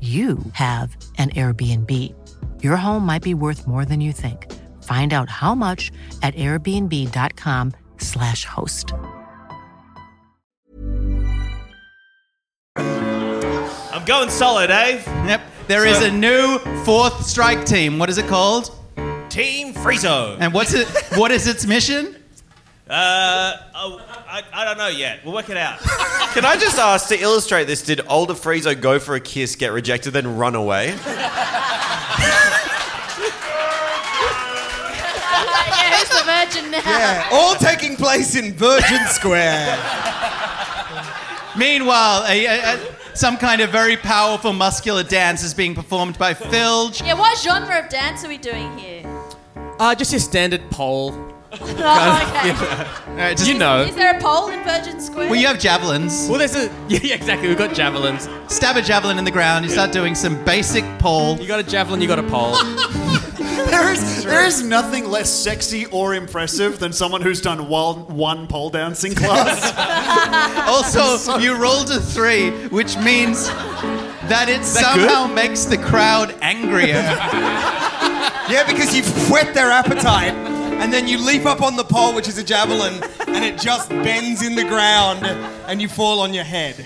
S17: you have an Airbnb. Your home might be worth more than you think. Find out how much at airbnb.com/slash host.
S9: I'm going solid, eh?
S2: Yep. There is a new fourth strike team. What is it called?
S9: Team Friezo.
S2: And what's it? What is its mission?
S9: Uh, oh, I, I don't know yet. We'll work it out.
S1: Can I just ask to illustrate this? Did older Friezo go for a kiss, get rejected, then run away?
S6: yeah, who's the virgin now?
S3: Yeah, all taking place in Virgin Square.
S2: Meanwhile, a, a, a- some kind of very powerful muscular dance is being performed by Filge.
S6: Yeah, what genre of dance are we doing here?
S8: Uh, just your standard pole.
S2: Oh,
S6: okay.
S8: you know.
S6: Is there a pole in Virgin Square?
S2: Well, you have javelins.
S8: Well, there's a yeah, yeah, exactly. We've got javelins.
S2: Stab a javelin in the ground. You start doing some basic pole.
S8: You got a javelin. You got a pole.
S5: There is, there is nothing less sexy or impressive than someone who's done one, one pole dancing class.
S2: also,
S5: So-
S2: you rolled a three, which means that it
S5: that
S2: somehow
S5: good?
S2: makes the crowd angrier.
S3: yeah, because you've whet their appetite, and then you leap up on the pole, which is a javelin, and it just bends in the ground, and you fall on your head.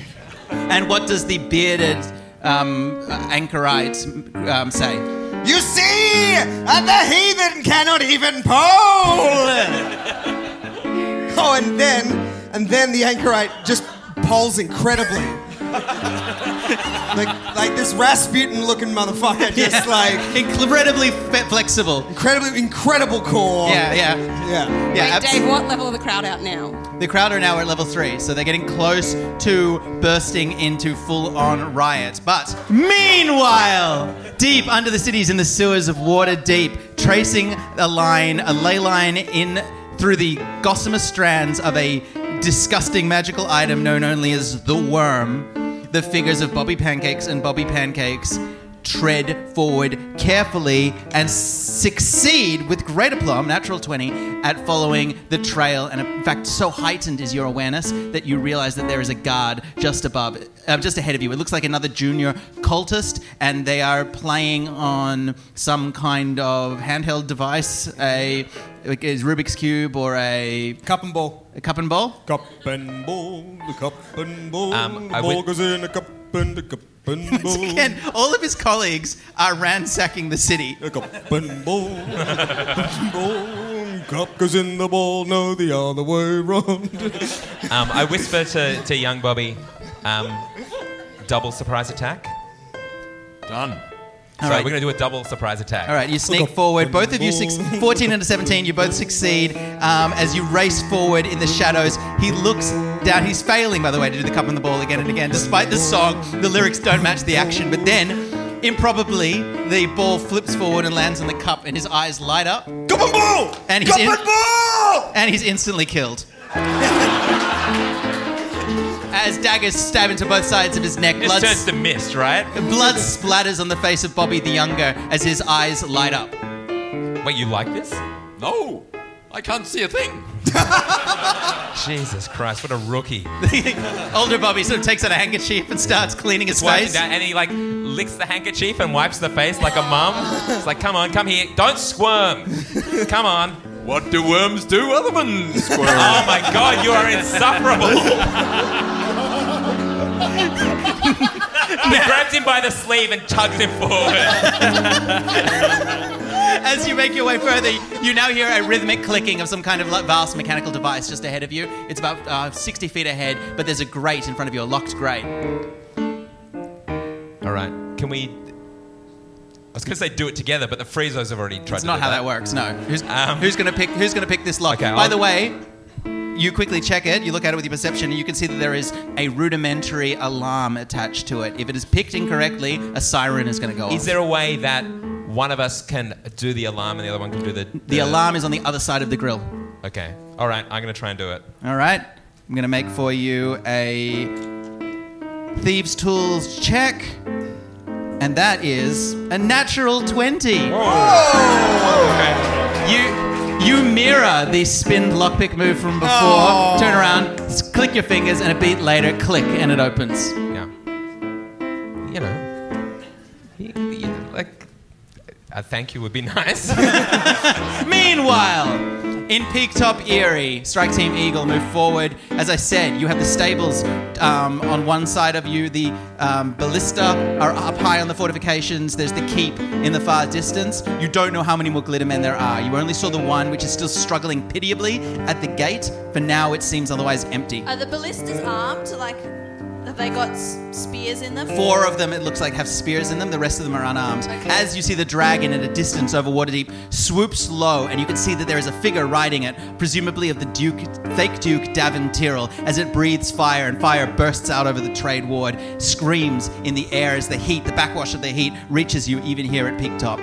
S2: And what does the bearded um, anchorite um, say?
S14: You see, and the heathen cannot even pole. oh,
S3: Oh, and then, and then the anchorite just poles incredibly. like, like this Rasputin-looking motherfucker, just
S2: Yeah.
S3: like
S2: incredibly fe- flexible,
S3: incredibly incredible core.
S2: Yeah, yeah,
S3: yeah,
S2: yeah.
S10: Wait, Dave,
S2: abs-
S10: what level of the crowd out now?
S2: The crowd are now at level three, so they're getting close to bursting into full on riot. But meanwhile, deep under the cities in the sewers of water deep, tracing a line, a ley line in through the gossamer strands of a disgusting magical item known only as the worm, the figures of Bobby Pancakes and Bobby Pancakes tread forward carefully and succeed with great aplomb, natural 20, at following the trail. And in fact, so heightened is your awareness that you realize that there is a guard just above, uh, just ahead of you. It looks like another junior cultist, and they are playing on some kind of handheld device, a like a Rubik's Cube or a
S3: cup and ball.
S2: A cup and ball?
S3: Cup and ball, the cup and ball,
S2: Um,
S3: the
S2: I
S3: ball
S2: would-
S3: goes in a cup and a cup and ball.
S2: Again, all of his colleagues are ransacking the city.
S3: Boom, cup goes in the ball, no, the other way round.
S4: Um, I whisper to, to young Bobby, um, double surprise attack. Done.
S2: All
S4: All
S2: right.
S4: we're going to do a double surprise attack.
S2: All right, you sneak forward. Both of you, six, 14 and a 17, you both succeed um, as you race forward in the shadows. He looks down. He's failing, by the way, to do the cup and the ball again and again. Despite the song, the lyrics don't match the action. But then, improbably, the ball flips forward and lands on the cup, and his eyes light up. Cup and ball! And he's, in- and he's instantly killed. As daggers stab into both sides of his neck,
S4: This
S2: blood
S4: turns to mist, right?
S2: Blood splatters on the face of Bobby the Younger as his eyes light up.
S4: Wait, you like this? No, I can't see a thing. Jesus Christ, what a rookie.
S2: Older Bobby sort of takes out a handkerchief and starts cleaning his
S4: Wipes it
S2: face.
S4: down, and he like licks the handkerchief and wipes the face like a mum. It's like, come on, come here, don't squirm. Come on. What do worms do other than squirm? oh my God, you are insufferable. he grabs him by the sleeve and tugs him forward.
S2: As you make your way further, you now hear a rhythmic clicking of some kind of like vast mechanical device just ahead of you. It's about uh, 60 feet ahead, but there's a grate in front of you, a locked grate.
S4: All right, can we? I was going to say do it together, but the Freezos have already tried.
S2: It's
S4: to
S2: not
S4: do
S2: how
S4: that. Um,
S2: that works. No. Who's, who's gonna pick? Who's gonna pick this lock? By
S4: I'll-
S2: the way, you quickly check it, you look at it with your perception, and you can see that there is a rudimentary alarm attached to it. If it is picked incorrectly, a siren is going to go off.
S4: Is there a way that one of us can do the alarm and the other one can do the. The,
S2: the alarm is on the other side of the grill.
S4: Okay. All right. I'm going to try and do it.
S2: All right. I'm going to make for you a Thieves' Tools check. And that is a natural 20.
S4: Oh.
S14: Oh!
S2: You, you mirror the spin lockpick move from before,
S14: Oh.
S2: turn around, s- click your fingers, and a beat later, click, and it opens.
S4: Yeah. You know. you- you- like, a thank you would be nice.
S2: Meanwhile, in Peak Top Erie, Strike Team Eagle move forward. As I said, you have the stables um, on one side of you. The um, ballista are up high on the fortifications. There's the keep in the far distance. You don't know how many more glitter men there are. You only saw the one which is still struggling pitiably at the gate. For now, it seems otherwise empty.
S6: Are the ballistas armed? Like, have they got s- spears in them?
S2: Four of them, it looks like, have spears in them. The rest of them are unarmed. As you see the dragon at a distance over Waterdeep swoops low, and you can see that there is a figure riding it, presumably of the Duke, fake Duke Davin Tyrrell, as it breathes fire, and fire bursts out over the trade ward, screams in the air as the heat, the backwash of the heat, reaches you even here at Peak Top.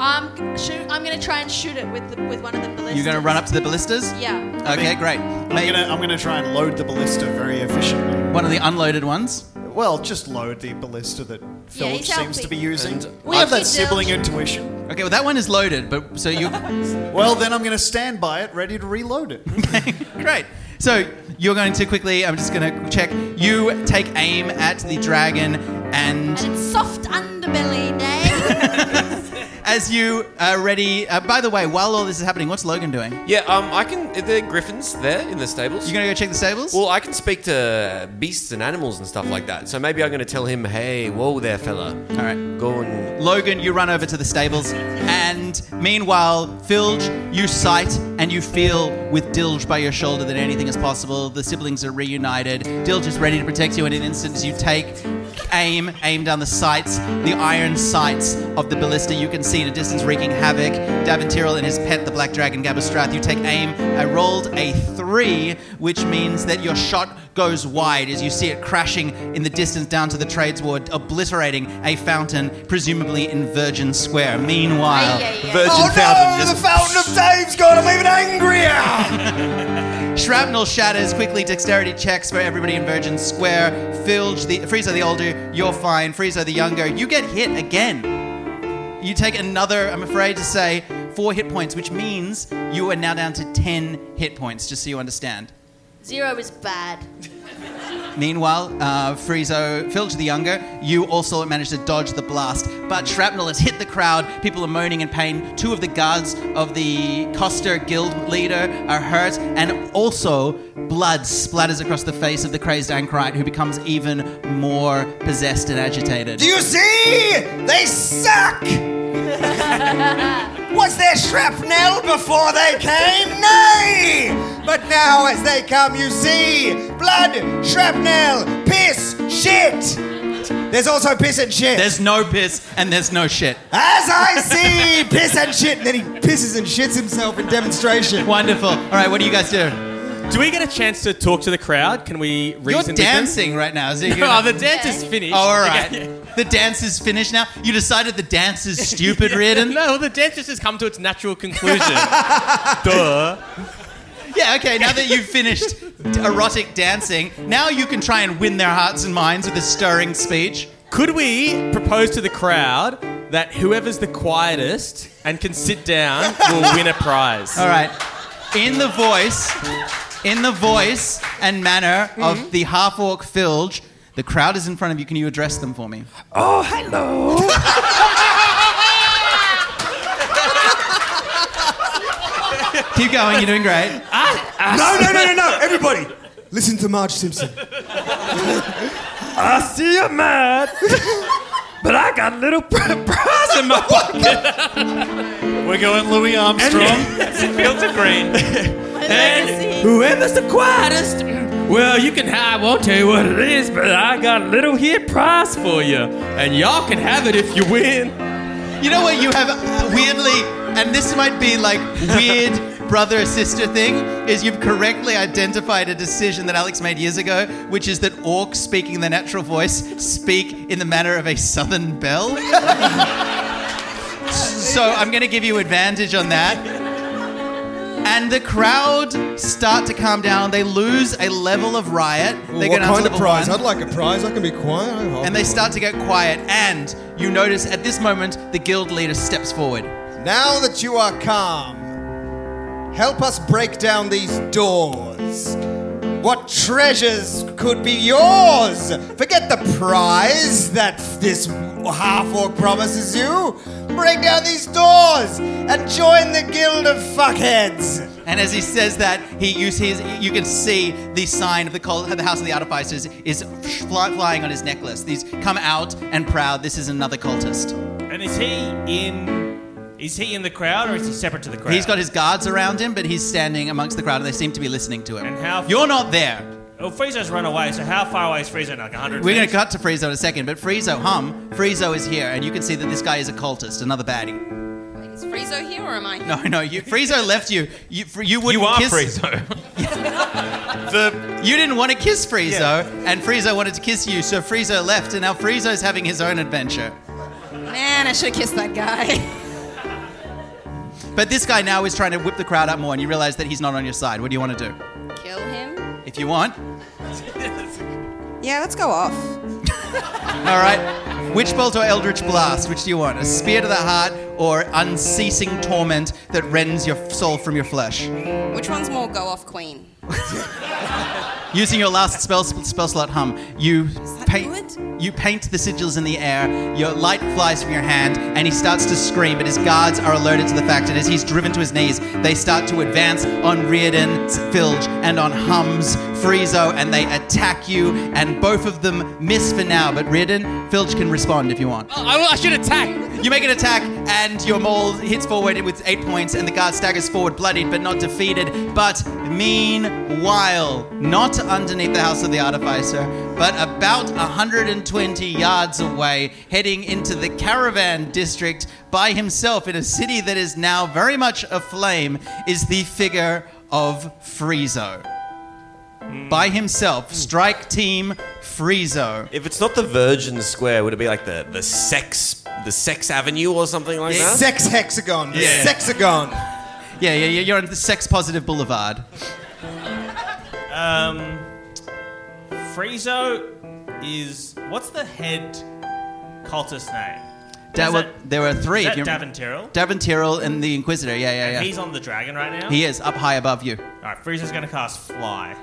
S6: I'm shoot. I'm gonna try and shoot it with the, with one of the ballistas.
S2: You're going to run up to the ballistas?
S6: Yeah.
S2: Okay, great.
S5: I'm gonna, I'm gonna try and load the ballista very efficiently.
S2: One of the unloaded ones?
S5: Well, just load the ballista that
S6: Yeah,
S5: Filch
S6: he's
S5: seems to be using.
S6: We uh,
S5: we
S6: have
S5: have
S6: to
S5: that sibling
S6: delve-
S5: intuition.
S2: Okay, well, that one is loaded, but so you.
S5: Well, then I'm gonna stand by it, ready to reload it.
S2: Great. So you're going to quickly. I'm just going to check. You take aim at the dragon, and
S6: Soft underbelly, Nate.
S2: as you are ready. Uh, by the way, while all this is happening, what's Logan doing?
S13: Yeah, um, I can. Are there griffins there in the stables? You
S2: gonna go check the stables?
S13: Well, I can speak to beasts and animals and stuff like that. So maybe I'm gonna tell him, "Hey, whoa there, fella. All
S2: right,
S13: go and."
S2: Logan, you run over to the stables, and meanwhile, Filge, you sight and you feel with Dilge by your shoulder that anything is possible. The siblings are reunited. Dilge is ready to protect you in an instant as you take aim, aim down the sights, the iron sights of the ballista. You can see in a distance wreaking havoc. Davin Tyrrell and his pet, the black dragon Gabastrath. You take aim. I rolled a three, which means that your shot goes wide as you see it crashing in the distance down to the trades ward, obliterating a fountain, presumably in Virgin Square. Meanwhile, Virgin
S14: oh
S2: Fountain.
S14: no, the fountain of Dave's gone. I'm even angrier.
S2: Shrapnel shatters quickly. Dexterity checks for everybody in Virgin Square. Filge, the Frieza the older, you're fine. Frieza the younger, you get hit again. You take another, I'm afraid to say, four hit points, which means you are now down to ten hit points. Just so you understand.
S6: Zero is bad.
S2: Meanwhile, uh, Friezo, Filge the Younger, you also managed to dodge the blast, but shrapnel has hit the crowd. People are moaning in pain. Two of the guards of the Coster Guild leader are hurt, and also blood splatters across the face of the crazed anchorite, who becomes even more possessed and agitated.
S14: Do you see? They suck! Was there shrapnel before they came? Nay! But now as they come, you see blood, shrapnel, piss, shit! There's also piss and shit.
S2: There's no piss and there's no shit.
S14: As I see piss and shit, and then he pisses and shits himself in demonstration.
S2: Wonderful. All right, what do you guys do?
S8: Do we get a chance to talk to the crowd? Can we reason
S2: You're
S8: with them?
S2: dancing right now. Is it
S8: No, Oh, the dance is finished.
S2: Oh, all right.
S8: Okay.
S2: The dance is finished now. You decided the dance is stupid,
S8: Yeah.
S2: Reardon.
S8: No, the dance just has come to its natural conclusion.
S2: Duh. Yeah, okay, now that you've finished d- erotic dancing, now you can try and win their hearts and minds with a stirring speech.
S8: Could we propose to the crowd that whoever's the quietest and can sit down will win a prize?
S2: All right. In the voice, in the voice and manner
S8: Mm-hmm.
S2: of the half orc Filge, the crowd is in front of you. Can you address them for me?
S3: Uh,
S14: Oh, hello!
S2: Keep going, you're doing great.
S3: ah,
S14: no, no, no, no, no! Everybody, listen to Marge Simpson.
S18: I see you're mad, but I got a little pri- prize in my pocket.
S5: We're going Louis Armstrong.
S18: Filter green. and whoever's the quietest, well, you can have. I won't tell you what it is, but I got a little here prize for you, and y'all can have it if you win.
S2: You know what you have uh, weirdly, and this might be like weird brother sister thing is you've correctly identified a decision that Alex made years ago, which is that orcs speaking in their natural voice speak in the manner of a southern belle. so I'm going to give you advantage on that. And the crowd start to calm down. They lose a level of riot.
S3: Well,
S2: They go
S3: what
S2: down to
S3: kind of
S2: level
S3: prize?
S2: one
S3: I'd like a prize. I can be quiet. Oh, I'll-
S2: and they start to get quiet. And you notice at this moment the guild leader steps forward.
S3: Now that you are calm, help us break down these doors.
S14: What treasures could be yours? Forget the prize that this half orc promises you. Break down these doors and join the guild of fuckheads.
S2: And as he says that, he uses his, you can see the sign of the, col- the House of the Artificers is fly, flying on his necklace. These come out and proud. This is another cultist.
S9: And is he in? Is he in the crowd or is he separate to the crowd?
S2: He's got his guards around him, but he's standing amongst the crowd and they seem to be listening to him.
S9: And how-
S2: You're not there.
S9: Well, Frieza's run away. So how far away is Frieza? Like 100.
S2: We're going to cut to Friezo in a second, but Friezo, hum, Friezo is here, and you can see that this guy is a cultist, another baddie.
S10: Is Friezo here or am I?
S2: No, no, you, Friezo left you. You, fr- you wouldn't
S4: You are
S2: kiss
S4: Friezo.
S2: the you didn't want to kiss Friezo, and Friezo wanted to kiss you, so Friezo left, and now Friezo's having his own adventure.
S10: Man, I should have kissed that guy.
S2: But this guy now is trying to whip the crowd up more, and you realize that he's not on your side. What do you want to do?
S10: Kill him.
S2: If you want,
S10: Yeah, let's go off.
S2: all right. Witch bolt or eldritch blast? Which do you want? A spear to the heart or unceasing torment that rends your soul from your flesh?
S10: Which one's more go off queen?
S2: Using your last spell spell slot hum, you paint you paint the sigils in the air. Your light flies from your hand, and he starts to scream. But his guards are alerted to the fact, and as he's driven to his knees, they start to advance on Reardon, Filge, and on Hum's Friezo, and they attack you. And both of them miss for now, but Reardon, Filge can respond if you want.
S18: Oh, I, I should attack.
S2: You make an attack, and your mole hits forward with eight points, and the guard staggers forward, bloodied but not defeated. But meanwhile, not underneath the house of the artificer, but about 120 yards away, heading into the caravan district by himself in a city that is now very much aflame, is the figure of Friezo. By himself, strike team Friezo.
S13: If it's not the Virgin Square, would it be like the, the sex the Sex Avenue or something like that?
S3: Sex hexagon. Sexagon.
S2: Yeah, yeah, yeah, you're on the sex positive boulevard.
S9: Um, Friezo is what's the head cultist name?
S2: Da-
S9: Is
S2: well,
S9: that-
S2: there were three.
S9: is
S2: if
S9: that
S2: you
S9: Davin Tyrrell?
S2: Davin Tyrrell and the Inquisitor. Yeah, yeah, yeah.
S9: And he's on the dragon right now.
S2: He is up high above you.
S9: All right, Frieza's gonna cast fly.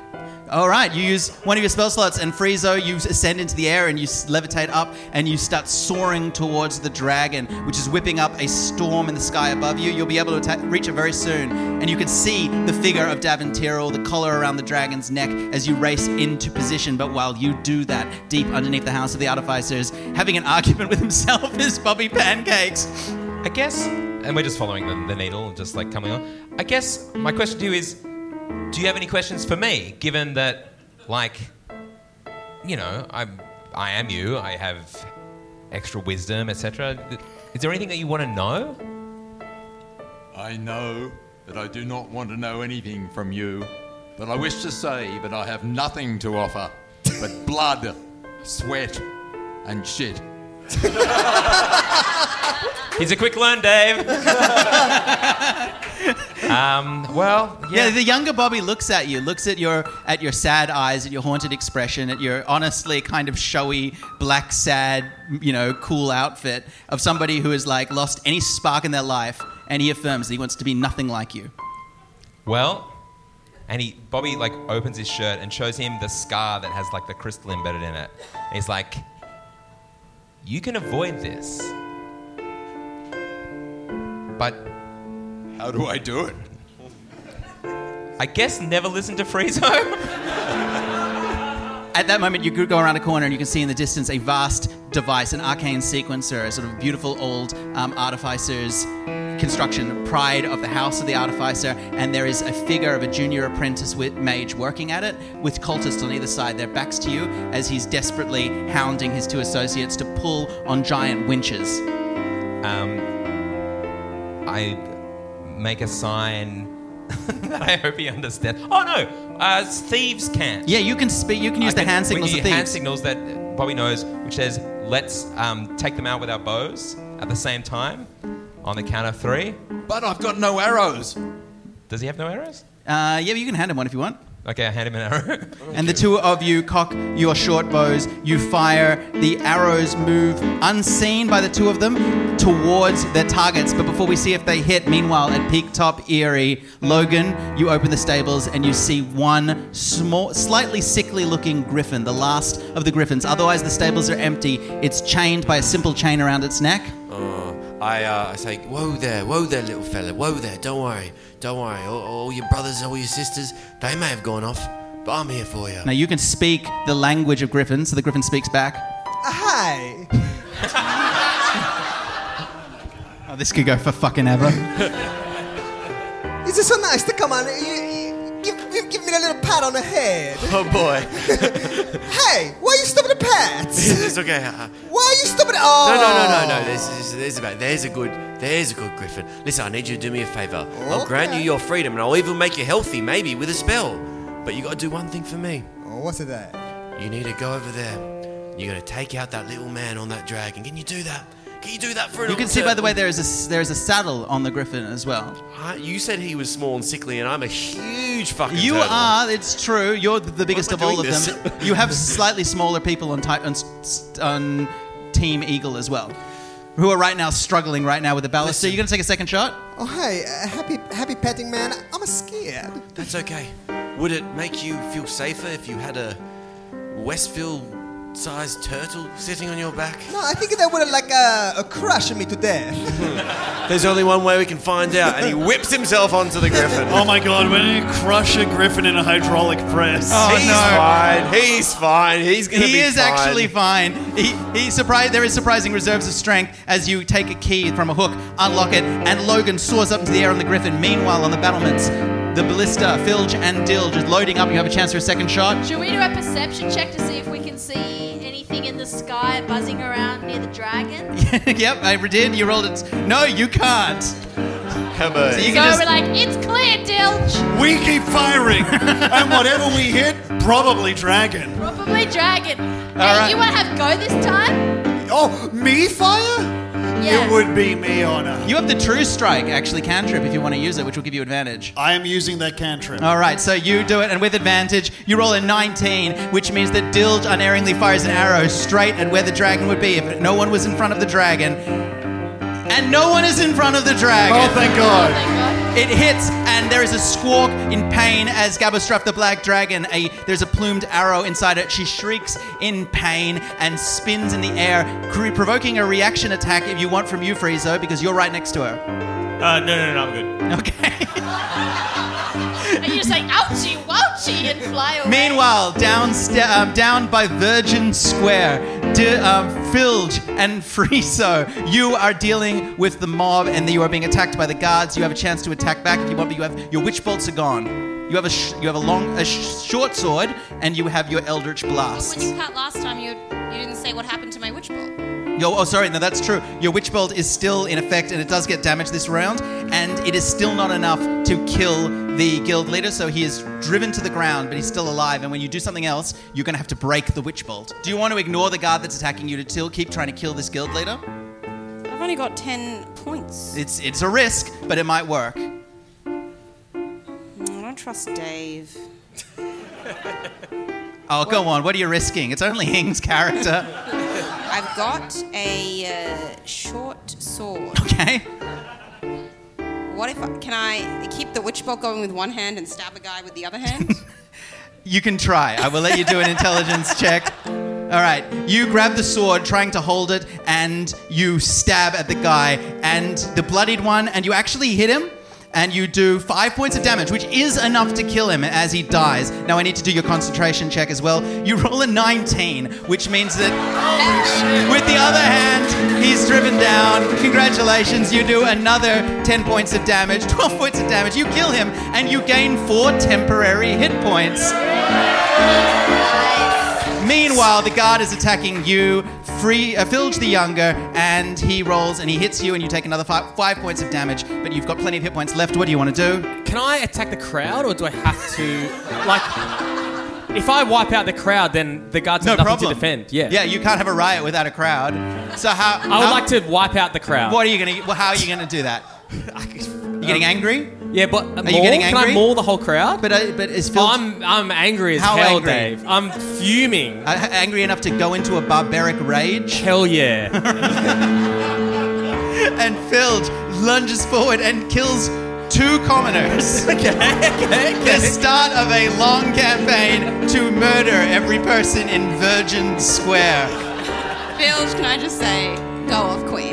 S2: All right, you use one of your spell slots, and Friezo, you ascend into the air and you s- levitate up, and you start soaring towards the dragon, which is whipping up a storm in the sky above you. You'll be able to atta- reach it very soon, and you can see the figure of Davin Tyrrell, the collar around the dragon's neck, as you race into position. But while you do that, deep underneath the house of the artificers, having an argument with himself is Bobby Pancakes.
S4: I guess. And we're just following the, the needle, and just like coming on. I guess my question to you is do you have any questions for me, given that, like, you know, I'm, I am you, I have extra wisdom, etc. Is there anything that you want to know?
S11: I know that I do not want to know anything from you that I wish to say, but I have nothing to offer but blood, sweat, and shit.
S4: He's a quick learn, Dave. um, well,
S2: Yeah. the younger Bobby looks at you, looks at your at your sad eyes, at your haunted expression, at your honestly kind of showy black sad, you know, cool outfit of somebody who has like lost any spark in their life, and he affirms that he wants to be nothing like you.
S4: Well, and he Bobby like opens his shirt and shows him the scar that has like the crystal embedded in it. And he's like, "You can avoid this, but
S11: how do I do it?
S4: I guess never listen to Friezo."
S2: At that moment, you could go around a corner and you can see in the distance a vast device, an arcane sequencer, a sort of beautiful old um, artificer's construction, pride of the house of the artificer, and there is a figure of a junior apprentice with mage working at it, with cultists on either side, their backs to you, as he's desperately hounding his two associates to pull on giant winches.
S4: Um, I make a sign I hope he understands. Oh no, uh, thieves can.
S2: Yeah, you can speak. You can use
S4: I
S2: the hand
S4: we can
S2: signals of
S4: use
S2: thieves.
S4: hand signals that Bobby knows, which says, "Let's um, take them out with our bows at the same time." On the count of three. But I've got no arrows. Does he have no arrows?
S2: Uh, yeah, you can hand him one if you want.
S4: Okay, I hand him an arrow.
S2: And the two of you cock your short bows. You fire. The arrows move unseen by the two of them towards their targets. But before we see if they hit, meanwhile, at Peak Top Erie, Logan, you open the stables and you see one small, slightly sickly looking griffin, the last of the griffins. Otherwise, the stables are empty. It's chained by a simple chain around its neck.
S13: Oh, I, uh, I say, whoa there, whoa there, little fella, whoa there, don't worry, don't worry. All, all your brothers, all your sisters, they may have gone off, but I'm here for you.
S2: Now, you can speak the language of griffins, so the griffin speaks back.
S14: Hi.
S2: Oh, this could go for fucking ever.
S14: Is it so nice to come on? You, you, give, you give me a little pat on the head.
S13: Oh boy.
S14: Hey, why are you stopping the pats?
S13: it's okay. uh,
S14: Why are you stopping? Oh.
S13: No, no, no, no, no. There's, there's, there's about. There's a good. There's a good griffin. Listen, I need you to do me a favor. I'll grant you your freedom, and I'll even make you healthy, maybe with a spell. But you got to do one thing for me.
S14: Oh, what's it that?
S13: You need to go over there. You got to take out that little man on that dragon. Can you do that? Can you do that for an
S2: You can see, by the way, there is a there is a saddle on the griffin as well.
S13: Uh, you said he was small and sickly, and I'm a huge fucking.
S2: You
S13: turtle.
S2: are. It's true. You're the- the biggest
S13: am
S2: of
S13: I
S2: all of
S13: doing
S2: them. you have slightly smaller people on, ty- on, s- s- on Team Eagle as well, who are right now struggling right now with the ballast. So you're going to take a second shot.
S14: Oh, hey, uh, happy happy petting man. I'm scared.
S13: That's okay. Would it make you feel safer if you had a Westfield-sized turtle sitting on your back?
S14: No, I think that would have like uh, crushed me to death.
S13: There's only one way we can find out, and he whips himself onto the griffin.
S5: Oh my god, when did you crush a griffin in a hydraulic press?
S2: Oh,
S13: he's fine. He's fine. He's gonna
S2: he
S13: be
S2: is
S13: fine.
S2: actually fine. He, he surprised, there is surprising reserves of strength as you take a key from a hook, unlock it, and Logan soars up into the air on the griffin. Meanwhile, on the battlements, the ballista, Filge, and Dilge is loading up. You have a chance for a second shot.
S6: Should we do a perception check to see if we can see anything in the sky buzzing around near the dragon?
S2: yep, I did. You rolled it. No, you can't.
S13: Come on.
S2: So
S6: so
S2: you can just-
S6: we're like, it's clear, Dilch.
S5: We keep firing, and whatever we hit, probably dragon.
S6: Probably dragon. Hey,
S5: right.
S6: you want to have go this time?
S5: Oh, me fire?
S6: Yeah.
S5: It would be me on a.
S2: You have the true strike, actually, cantrip, if you want to use it, which will give you advantage.
S5: I am using that cantrip.
S2: All right, so you do it, and with advantage, you roll a 19, which means that Dilge unerringly fires an arrow straight at where the dragon would be if no one was in front of the dragon. And no one is in front of the dragon.
S5: Oh, thank God. Oh,
S2: It hits, and there is a squawk in pain as Gabastruff the Black Dragon, a, there's a plumed arrow inside it. She shrieks in pain and spins in the air, cre- provoking a reaction attack if you want from you, Friezo, because you're right next to her.
S9: Uh, no, no, no, I'm good.
S6: and you just like, ouchie, wouchie, and fly away.
S2: Meanwhile, down sta- um, down by Virgin Square, D- um, Filge and Friso, you are dealing with the mob and you are being attacked by the guards. You have a chance to attack back if you want, but you have your witch bolts are gone. You have a sh- you have a long a sh- short sword and you have your eldritch
S10: When
S2: blasts.
S10: you cut last time, you you didn't say what happened to my witch bolt.
S2: Yo, oh sorry, no that's true. Your witch bolt is still in effect and it does get damaged this round, and it is still not enough to kill the guild leader, so he is driven to the ground, but he's still alive. And when you do something else, you're gonna have to break the witch bolt. Do you want to ignore the guard that's attacking you to still keep trying to kill this guild leader?
S10: I've only got ten points.
S2: It's it's a risk, but it might work.
S10: Mm, I don't trust Dave.
S2: Oh go on, what are you risking? It's only Hing's character.
S10: I've got a uh, short sword.
S2: Okay.
S10: What if I, can I keep the witch bolt going with one hand and stab a guy with the other hand?
S2: You can try. I will let you do an intelligence check. All right, you grab the sword, trying to hold it, and you stab at the guy and the bloodied one, and you actually hit him, and you do five points of damage, which is enough to kill him as he dies. Now I need to do your concentration check as well. You roll a 19, which means that with the other hand, he's driven down. Congratulations, you do another 10 points of damage, 12 points of damage. You kill him, and you gain four temporary hit points. Meanwhile, the guard is attacking you, free, uh, Filge the Younger, and he rolls and he hits you, and you take another five, five points of damage, but you've got plenty of hit points left. What do you want to do?
S8: Can I attack the crowd, or do I have to? Like, if I wipe out the crowd, then the guards have
S2: No
S8: nothing
S2: problem.
S8: to defend. Yeah.
S2: Yeah, you can't have a riot without a crowd. So how?
S8: I would like to wipe out the crowd.
S2: What are you gonna? Well, how are you gonna do that? you getting angry?
S8: Um, Yeah, but
S2: Are you getting
S8: Can I
S2: angry?
S8: maul the whole crowd?
S2: But uh, but is Filge-
S8: I'm I'm angry as
S2: How
S8: hell,
S2: angry? Uh,
S8: Dave. I'm fuming.
S2: angry enough to go into a barbaric rage?
S8: Hell yeah!
S2: and Filge lunges forward and kills two commoners. okay, okay, The start of a long campaign to murder every person in Virgin Square.
S10: Phil, can I just say, go off, Queen.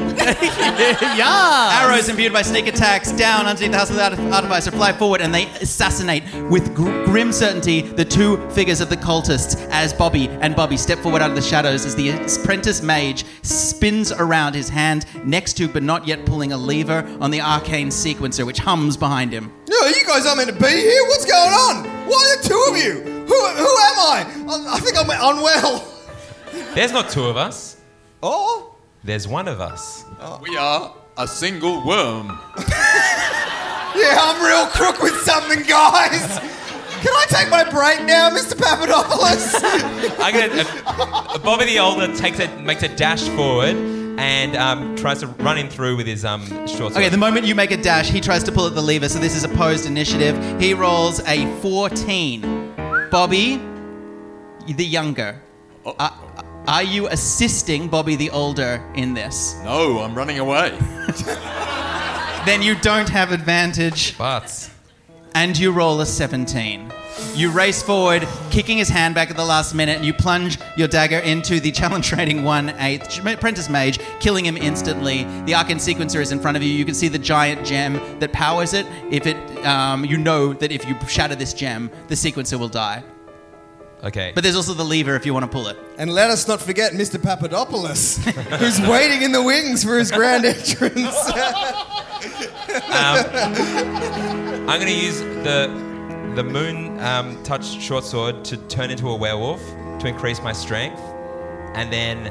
S2: yeah. Arrows imbued by sneak attacks down underneath the house of the artif- artificer fly forward and they assassinate with gr- grim certainty the two figures of the cultists as Bobby and Bobby step forward out of the shadows as the apprentice mage spins around his hand next to but not yet pulling a lever on the arcane sequencer which hums behind him.
S14: No, you guys aren't meant to be here. What's going on? Why are the two of you? Who, who am I? I? I think I'm unwell.
S4: There's not two of us.
S14: Oh?
S4: There's one of us.
S11: We are a single worm.
S14: Yeah, I'm real crook with something, guys. Can I take my break now, Mr. Papadopoulos?
S4: I get uh, Bobby the older takes a makes a dash forward and um, tries to run him through with his um short sword.
S2: Okay, the moment you make a dash, he tries to pull at the lever, so this is opposed initiative. He rolls a 14. Bobby, the younger.
S11: Oh.
S2: Are, are you assisting Bobby the older in this?
S11: No, I'm running away.
S2: Then you don't have advantage.
S4: But.
S2: And you roll a 17. You race forward, kicking his hand back at the last minute, and you plunge your dagger into the challenge rating 1 8 apprentice mage, killing him instantly. The arcane sequencer is in front of you. You can see the giant gem that powers it. If it, um, you know that if you shatter this gem, the sequencer will die.
S4: Okay.
S2: But there's also the lever if you want to pull it.
S14: and let us not forget Mr. Papadopoulos, who's waiting in the wings for his grand entrance.
S4: Um, I'm gonna use the the moon um, touch short sword to turn into a werewolf to increase my strength, and then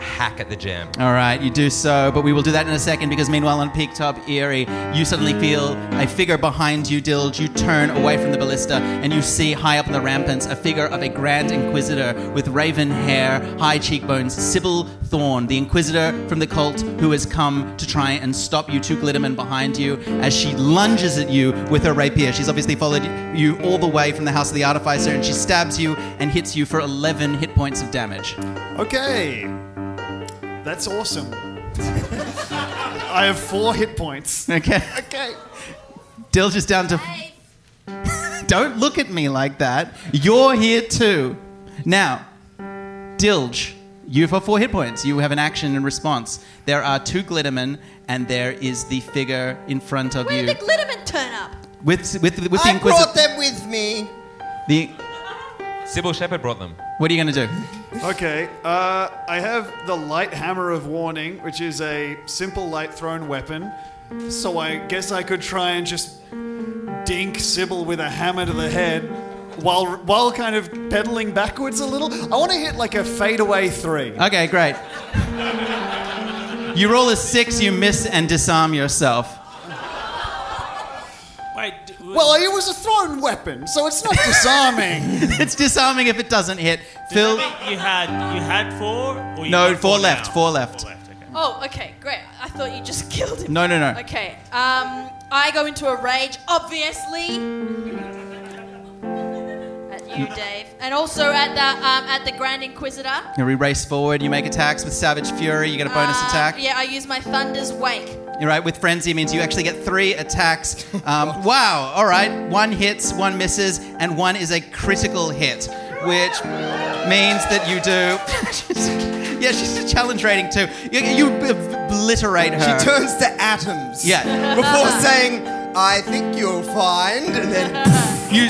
S4: hack at the gem.
S2: All right, you do so, but we will do that in a second because meanwhile on Peak Top Erie, you suddenly feel a figure behind you, Dilge. You turn away from the ballista and you see high up in the rampants a figure of a Grand Inquisitor with raven hair, high cheekbones, Sybil Thorne, the Inquisitor from the cult who has come to try and stop you, Tuk Litterman behind you as she lunges at you with her rapier. She's obviously followed you all the way from the House of the Artificer and she stabs you and hits you for 11 hit points of damage.
S5: Okay. That's awesome. I have four hit points.
S2: Okay.
S5: Okay.
S2: Dilge is down to. Don't look at me like that. You're here too. Now, Dilge, you've got four hit points. You have an action and response. There are two Glittermen, and there is the figure in front of
S6: Where
S2: you
S6: did the Glitterman turn up?
S2: with with with the
S14: I brought
S2: Inquisitor.
S14: them with me.
S2: The
S4: Sybil Shepherd brought them.
S2: what are you going to do?
S5: Okay. Uh, I have the light hammer of warning, which is a simple light thrown weapon. So I guess I could try and just dink Sybil with a hammer to the head while while kind of pedaling backwards a little. I want to hit like a fadeaway three.
S2: Okay, great. You roll a six, you miss and disarm yourself.
S5: Well, it was a thrown weapon, so it's not disarming.
S2: it's disarming if it doesn't hit. Phil,
S9: You had you had four. Or you
S2: no,
S9: got
S2: four left,
S9: now?
S2: four left.
S6: Oh, okay, great. I thought you just killed him.
S2: No, no, no.
S6: Okay. Um, I go into a rage, obviously. At
S2: Mm.
S6: you, Dave, and also at the um, at the Grand Inquisitor.
S2: You race forward, you make attacks with Savage Fury, you get a bonus
S6: Uh,
S2: attack.
S6: Yeah, I use my Thunder's Wake.
S2: You're right, with Frenzy means you actually get three attacks. Um, wow, all right. One hits, one misses, and one is a critical hit, which means that you do. yeah, she's a challenge rating too. You, you obliterate her.
S14: She turns to atoms.
S2: Yeah.
S14: Before saying, I think you'll find, and then
S2: You,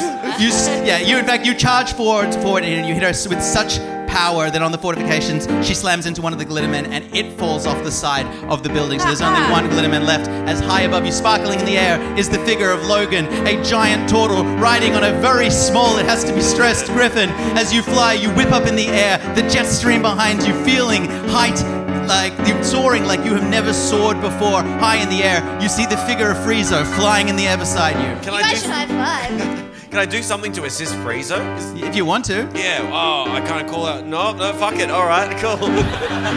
S2: you, yeah, you. In fact, you charge forward, forward, and you hit her with such power than on the fortifications. She slams into one of the glittermen and it falls off the side of the building. So there's only one glitterman left. As high above you, sparkling in the air, is the figure of Logan, a giant turtle riding on a very small, it has to be stressed, griffin. As you fly, you whip up in the air, the jet stream behind you, feeling height like you're soaring like you have never soared before, high in the air. You see the figure of Friezo flying in the air beside you.
S13: Can
S6: You
S13: I
S6: guys
S13: do?
S6: should high five.
S13: Can I do something to assist Friezo?
S2: If you want to.
S13: Yeah. Oh, I can't call out. No, no. Fuck it. All right. Cool.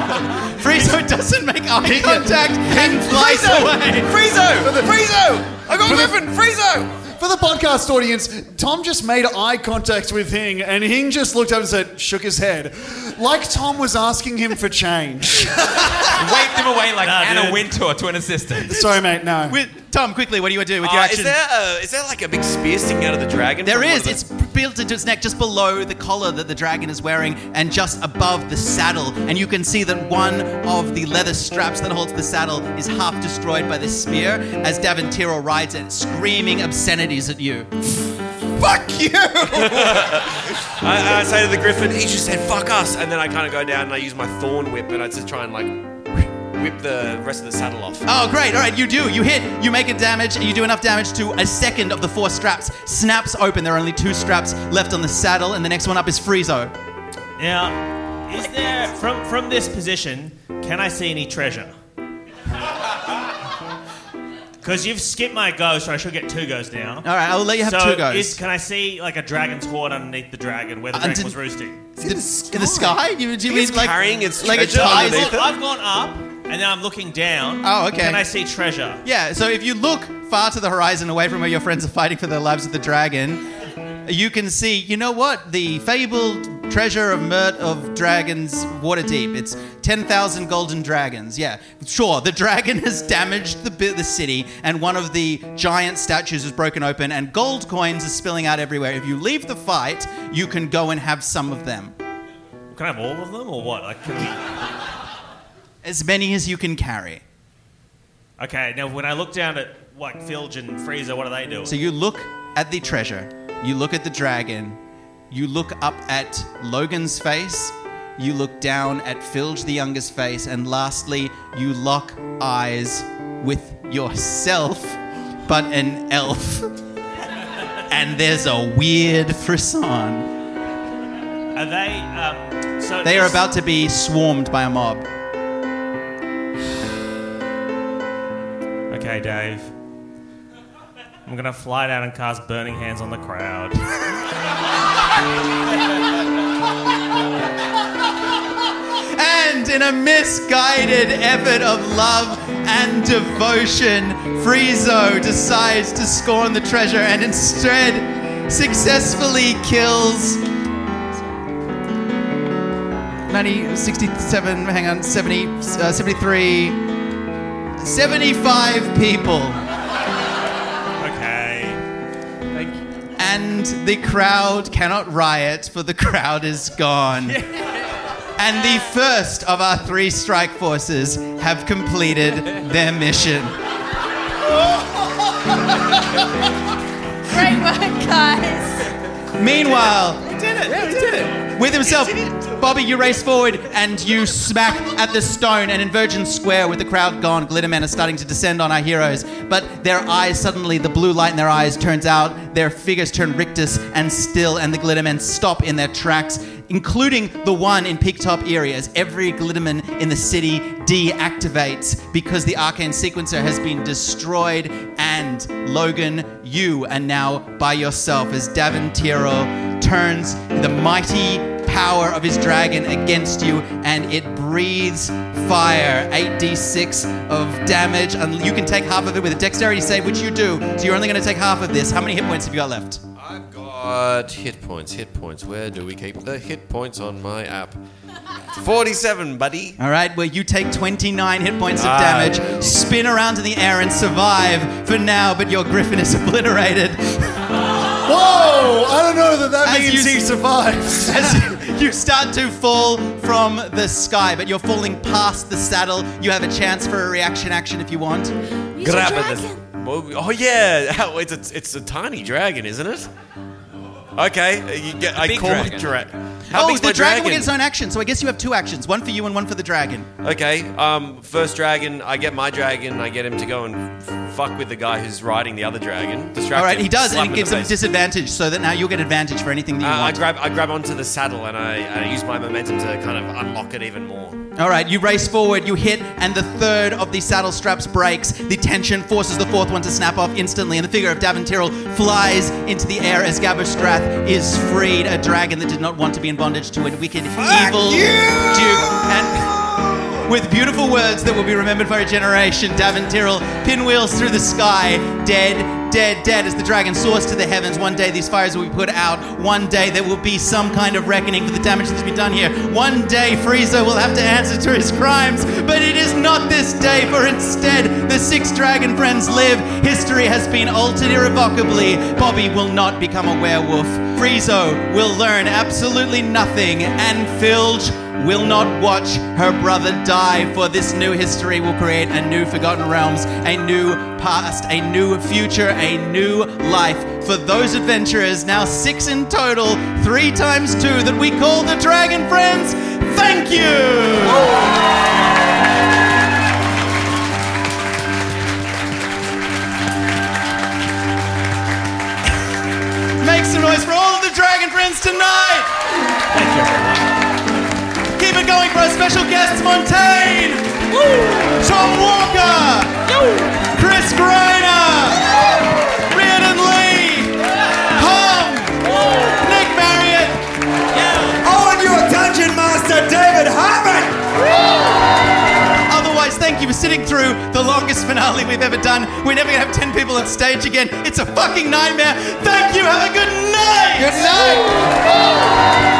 S2: Friezo doesn't make eye
S13: He-
S2: contact and flies
S13: Friezo!
S2: away.
S13: Friezo! Friezo!
S5: I got
S2: a
S5: Griffin! Friezo! For the podcast audience, Tom just made eye contact with Hing, and Hing just looked up and said, shook his head, like Tom was asking him for change.
S4: Waved him away like
S5: Nah,
S4: Anna
S5: dude.
S4: Wintour to an assistant.
S5: Sorry, mate, no.
S2: With, Tom, quickly, what do you do with
S13: Uh,
S2: your
S13: is
S2: action?
S13: there a, is there like a big spear sticking out of the dragon?
S2: There
S13: from one
S2: is.
S13: of the-
S2: It's built into its neck just below the collar that the dragon is wearing and just above the saddle. And you can see that one of the leather straps that holds the saddle is half destroyed by this spear as Daventiro rides it, screaming obscenities at you.
S13: Fuck you! I, I say to the griffin, he just said fuck us, and then I kind of go down and I use my thorn whip and I just try and like whip the rest of the saddle off.
S2: Oh, great. All right, you do. You hit. You make a damage. You do enough damage to a second of the four straps. Snaps open. There are only two straps left on the saddle, and the next one up is Friezo.
S9: Now, is there from from this position? Can I see any treasure? Because you've skipped my go, so I should get two goes now. All
S2: right, I'll let you have
S9: so
S2: two goes.
S9: Is, can I see like a dragon's horn underneath the dragon where the dragon was roosting?
S2: In the sky? In the sky? You, do you mean like like it
S9: I've
S2: ties?
S9: gone, I've gone up and now I'm looking down.
S2: Oh, okay.
S9: Can I see treasure?
S2: Yeah, so if you look far to the horizon away from where your friends are fighting for their lives with the dragon, you can see, you know what? The fabled treasure of Mert of Dragons Waterdeep. It's 10,000 golden dragons. Yeah, sure. The dragon has damaged the, bi- the city, and one of the giant statues is broken open, and gold coins are spilling out everywhere. If you leave the fight, you can go and have some of them.
S9: Can I have all of them or what? Like, can we...
S2: As many as you can carry.
S9: Okay, now when I look down at like Filge and Frieza, what are they doing?
S2: So you look at the treasure, you look at the dragon, you look up at Logan's face, you look down at Filge the younger's face, and lastly, you lock eyes with yourself, but an elf. and there's a weird frisson.
S9: Are they? Um, so
S2: They are
S9: is-
S2: about to be swarmed by a mob.
S9: Okay, Dave. I'm gonna fly down and cast burning hands on the crowd.
S2: And in a misguided effort of love and devotion, Friezo decides to scorn the treasure and instead successfully kills 90, 67, hang on, 70, uh, 73, 75 people.
S9: Okay.
S2: And the crowd cannot riot, for the crowd is gone. And the first of our three strike forces have completed their mission.
S6: Great work, guys.
S2: Meanwhile,
S6: We did it. Yeah, we did it.
S2: with himself, Bobby, you race forward and you smack at the stone. And in Virgin Square, with the crowd gone, Glittermen are starting to descend on our heroes. But their eyes suddenly, the blue light in their eyes turns out, their figures turn rictus and still, and the Glittermen stop in their tracks. Including the one in Peak Top Erie, as every Glitterman in the city deactivates because the arcane sequencer has been destroyed. And Logan, you are now by yourself as Davin Tiro turns the mighty power of his dragon against you, and it breathes fire. 8d6 of damage, and you can take half of it with a dexterity save, which you do. So you're only going to take half of this. How many hit points have you got left?
S13: God, hit points, hit points. Where do we keep the hit points on my app? 47, buddy.
S2: All right, well, you take 29 hit points of
S13: Ah.
S2: damage, spin around in the air, and survive for now, but your griffin is obliterated.
S5: Whoa! I don't know that that
S2: As
S5: means
S2: you-
S5: he survives.
S2: As you- you start to fall from the sky, but you're falling past the saddle. You have a chance for a reaction action if you want.
S13: Grab at this. Whoa, Oh, yeah. Ow, It's a, it's a tiny dragon, isn't it? Okay. You get, I
S2: big
S13: call
S2: dragon.
S13: it dragon. How
S2: oh,
S13: big's
S2: the
S13: my
S2: dragon will
S13: dragon?
S2: get its own action, so I guess you have two actions one for you and one for the dragon.
S13: Okay, um, first dragon, I get my dragon, I get him to go and f- fuck with the guy who's riding the other dragon. Distract
S2: All right,
S13: him,
S2: he does,
S13: slap
S2: and it
S13: in
S2: gives
S13: the
S2: him
S13: face.
S2: disadvantage, so that now you'll get advantage for anything that
S13: Uh,
S2: you
S13: I
S2: want.
S13: grab I grab onto the saddle and I, and I use my momentum to kind of unlock it even more.
S2: All right, you race forward, you hit, and the third of the saddle straps breaks. The tension forces the fourth one to snap off instantly, and the figure of Davin Tyrrell flies into the air as Gabberstrath is freed, a dragon that did not want to be in bondage to a wicked, evil duke. And with beautiful words that will be remembered for a generation, Davin Tyrrell pinwheels through the sky, dead, dead, dead, as the dragon soars to the heavens. One day these fires will be put out. One day there will be some kind of reckoning for the damage that's been done here. One day Frieza will have to answer to his crimes, but it is not this day, for instead the six dragon friends live. History has been altered irrevocably. Bobby will not become a werewolf. Friezo will learn absolutely nothing, and Filge will not watch her brother die, for this new history will create a new Forgotten Realms, a new past, a new future, a new life for those adventurers, now six in total, three times two, that we call the Dragon Friends. Thank you! Make some noise for all of the Dragon Friends tonight! Thank you, Keep it going for our special guests Montaigne, Tom Walker, Chris Greiner, Reardon Lee, Hum, Nick Marriott,
S3: Oh, and your dungeon master, David
S2: Harmon! Otherwise, thank you for sitting through the longest finale we've ever done. We're never gonna have 10 people on stage again. It's a fucking nightmare. Thank you, have a good night! Good night!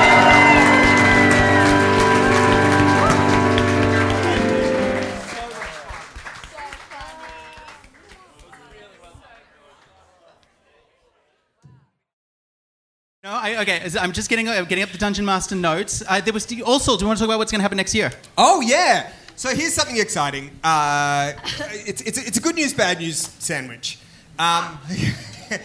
S2: No, I, okay. is- I'm just getting I'm getting up the dungeon master notes. Uh, there was also. Do you want to talk about what's going to happen next year?
S3: Oh yeah. So here's something exciting. Uh, it's, it's, it's a good news, bad news sandwich. Um,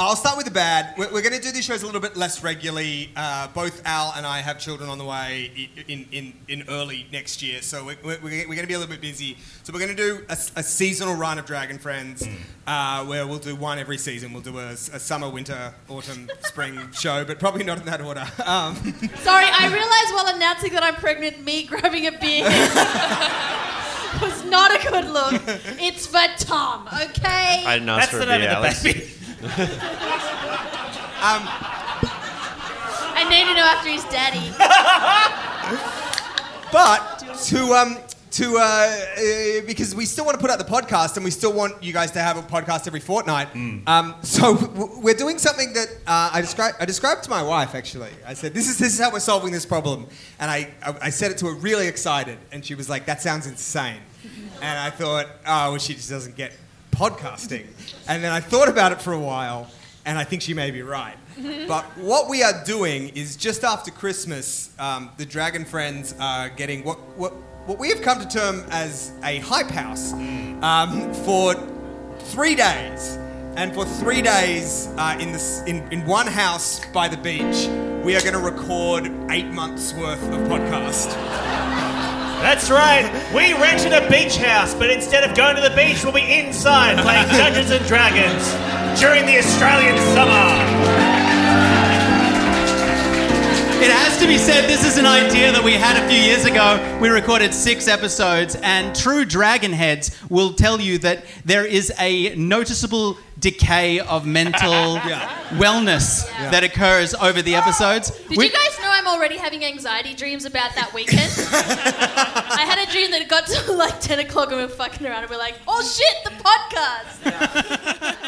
S3: I'll start with the bad. We're, we're going to do these shows a little bit less regularly. Uh, both Al and I have children on the way i- in, in, in early next year, so we're, we're, we're going to be a little bit busy. So we're going to do a, s- a seasonal run of Dragon Friends, uh, where we'll do one every season. We'll do a, s- a summer, winter, autumn, spring show, but probably not in that order. Um,
S6: Sorry, I realized while announcing that I'm pregnant, me grabbing a beer was not a good look. It's for Tom, okay?
S13: I didn't ask for a beer, Alex.
S3: um,
S6: I need to know after he's daddy.
S3: but to um to uh, uh because we still want to put out the podcast and we still want you guys to have a podcast every fortnight. Um, so w- we're doing something that uh, I described. I described to my wife actually. I said, "This is this is how we're solving this problem," and I I, I said it to her really excited, and she was like, "That sounds insane," and I thought, "Oh, well, she just doesn't get podcasting," and then I thought about it for a while, and I think she may be right. But what we are doing is just after Christmas, um, the Dragon Friends are getting what, what, what we have come to term as a hype house um, for three days. And for three days uh, in, this, in, in one house by the beach, we are going to record eight months worth of podcast.
S9: That's right. We rented a beach house, but instead of going to the beach, we'll be inside playing Dungeons and Dragons during the Australian summer.
S2: It has to be said, this is an idea that we had a few years ago. We recorded six episodes, and true dragon heads will tell you that there is a noticeable decay of mental wellness
S6: Yeah.
S2: that occurs over the episodes.
S6: Oh, Did
S2: We-
S6: you guys know I'm already having anxiety dreams about that weekend? I had a dream that it got to like 10 o'clock and we were fucking around and we're like, oh shit, the podcast!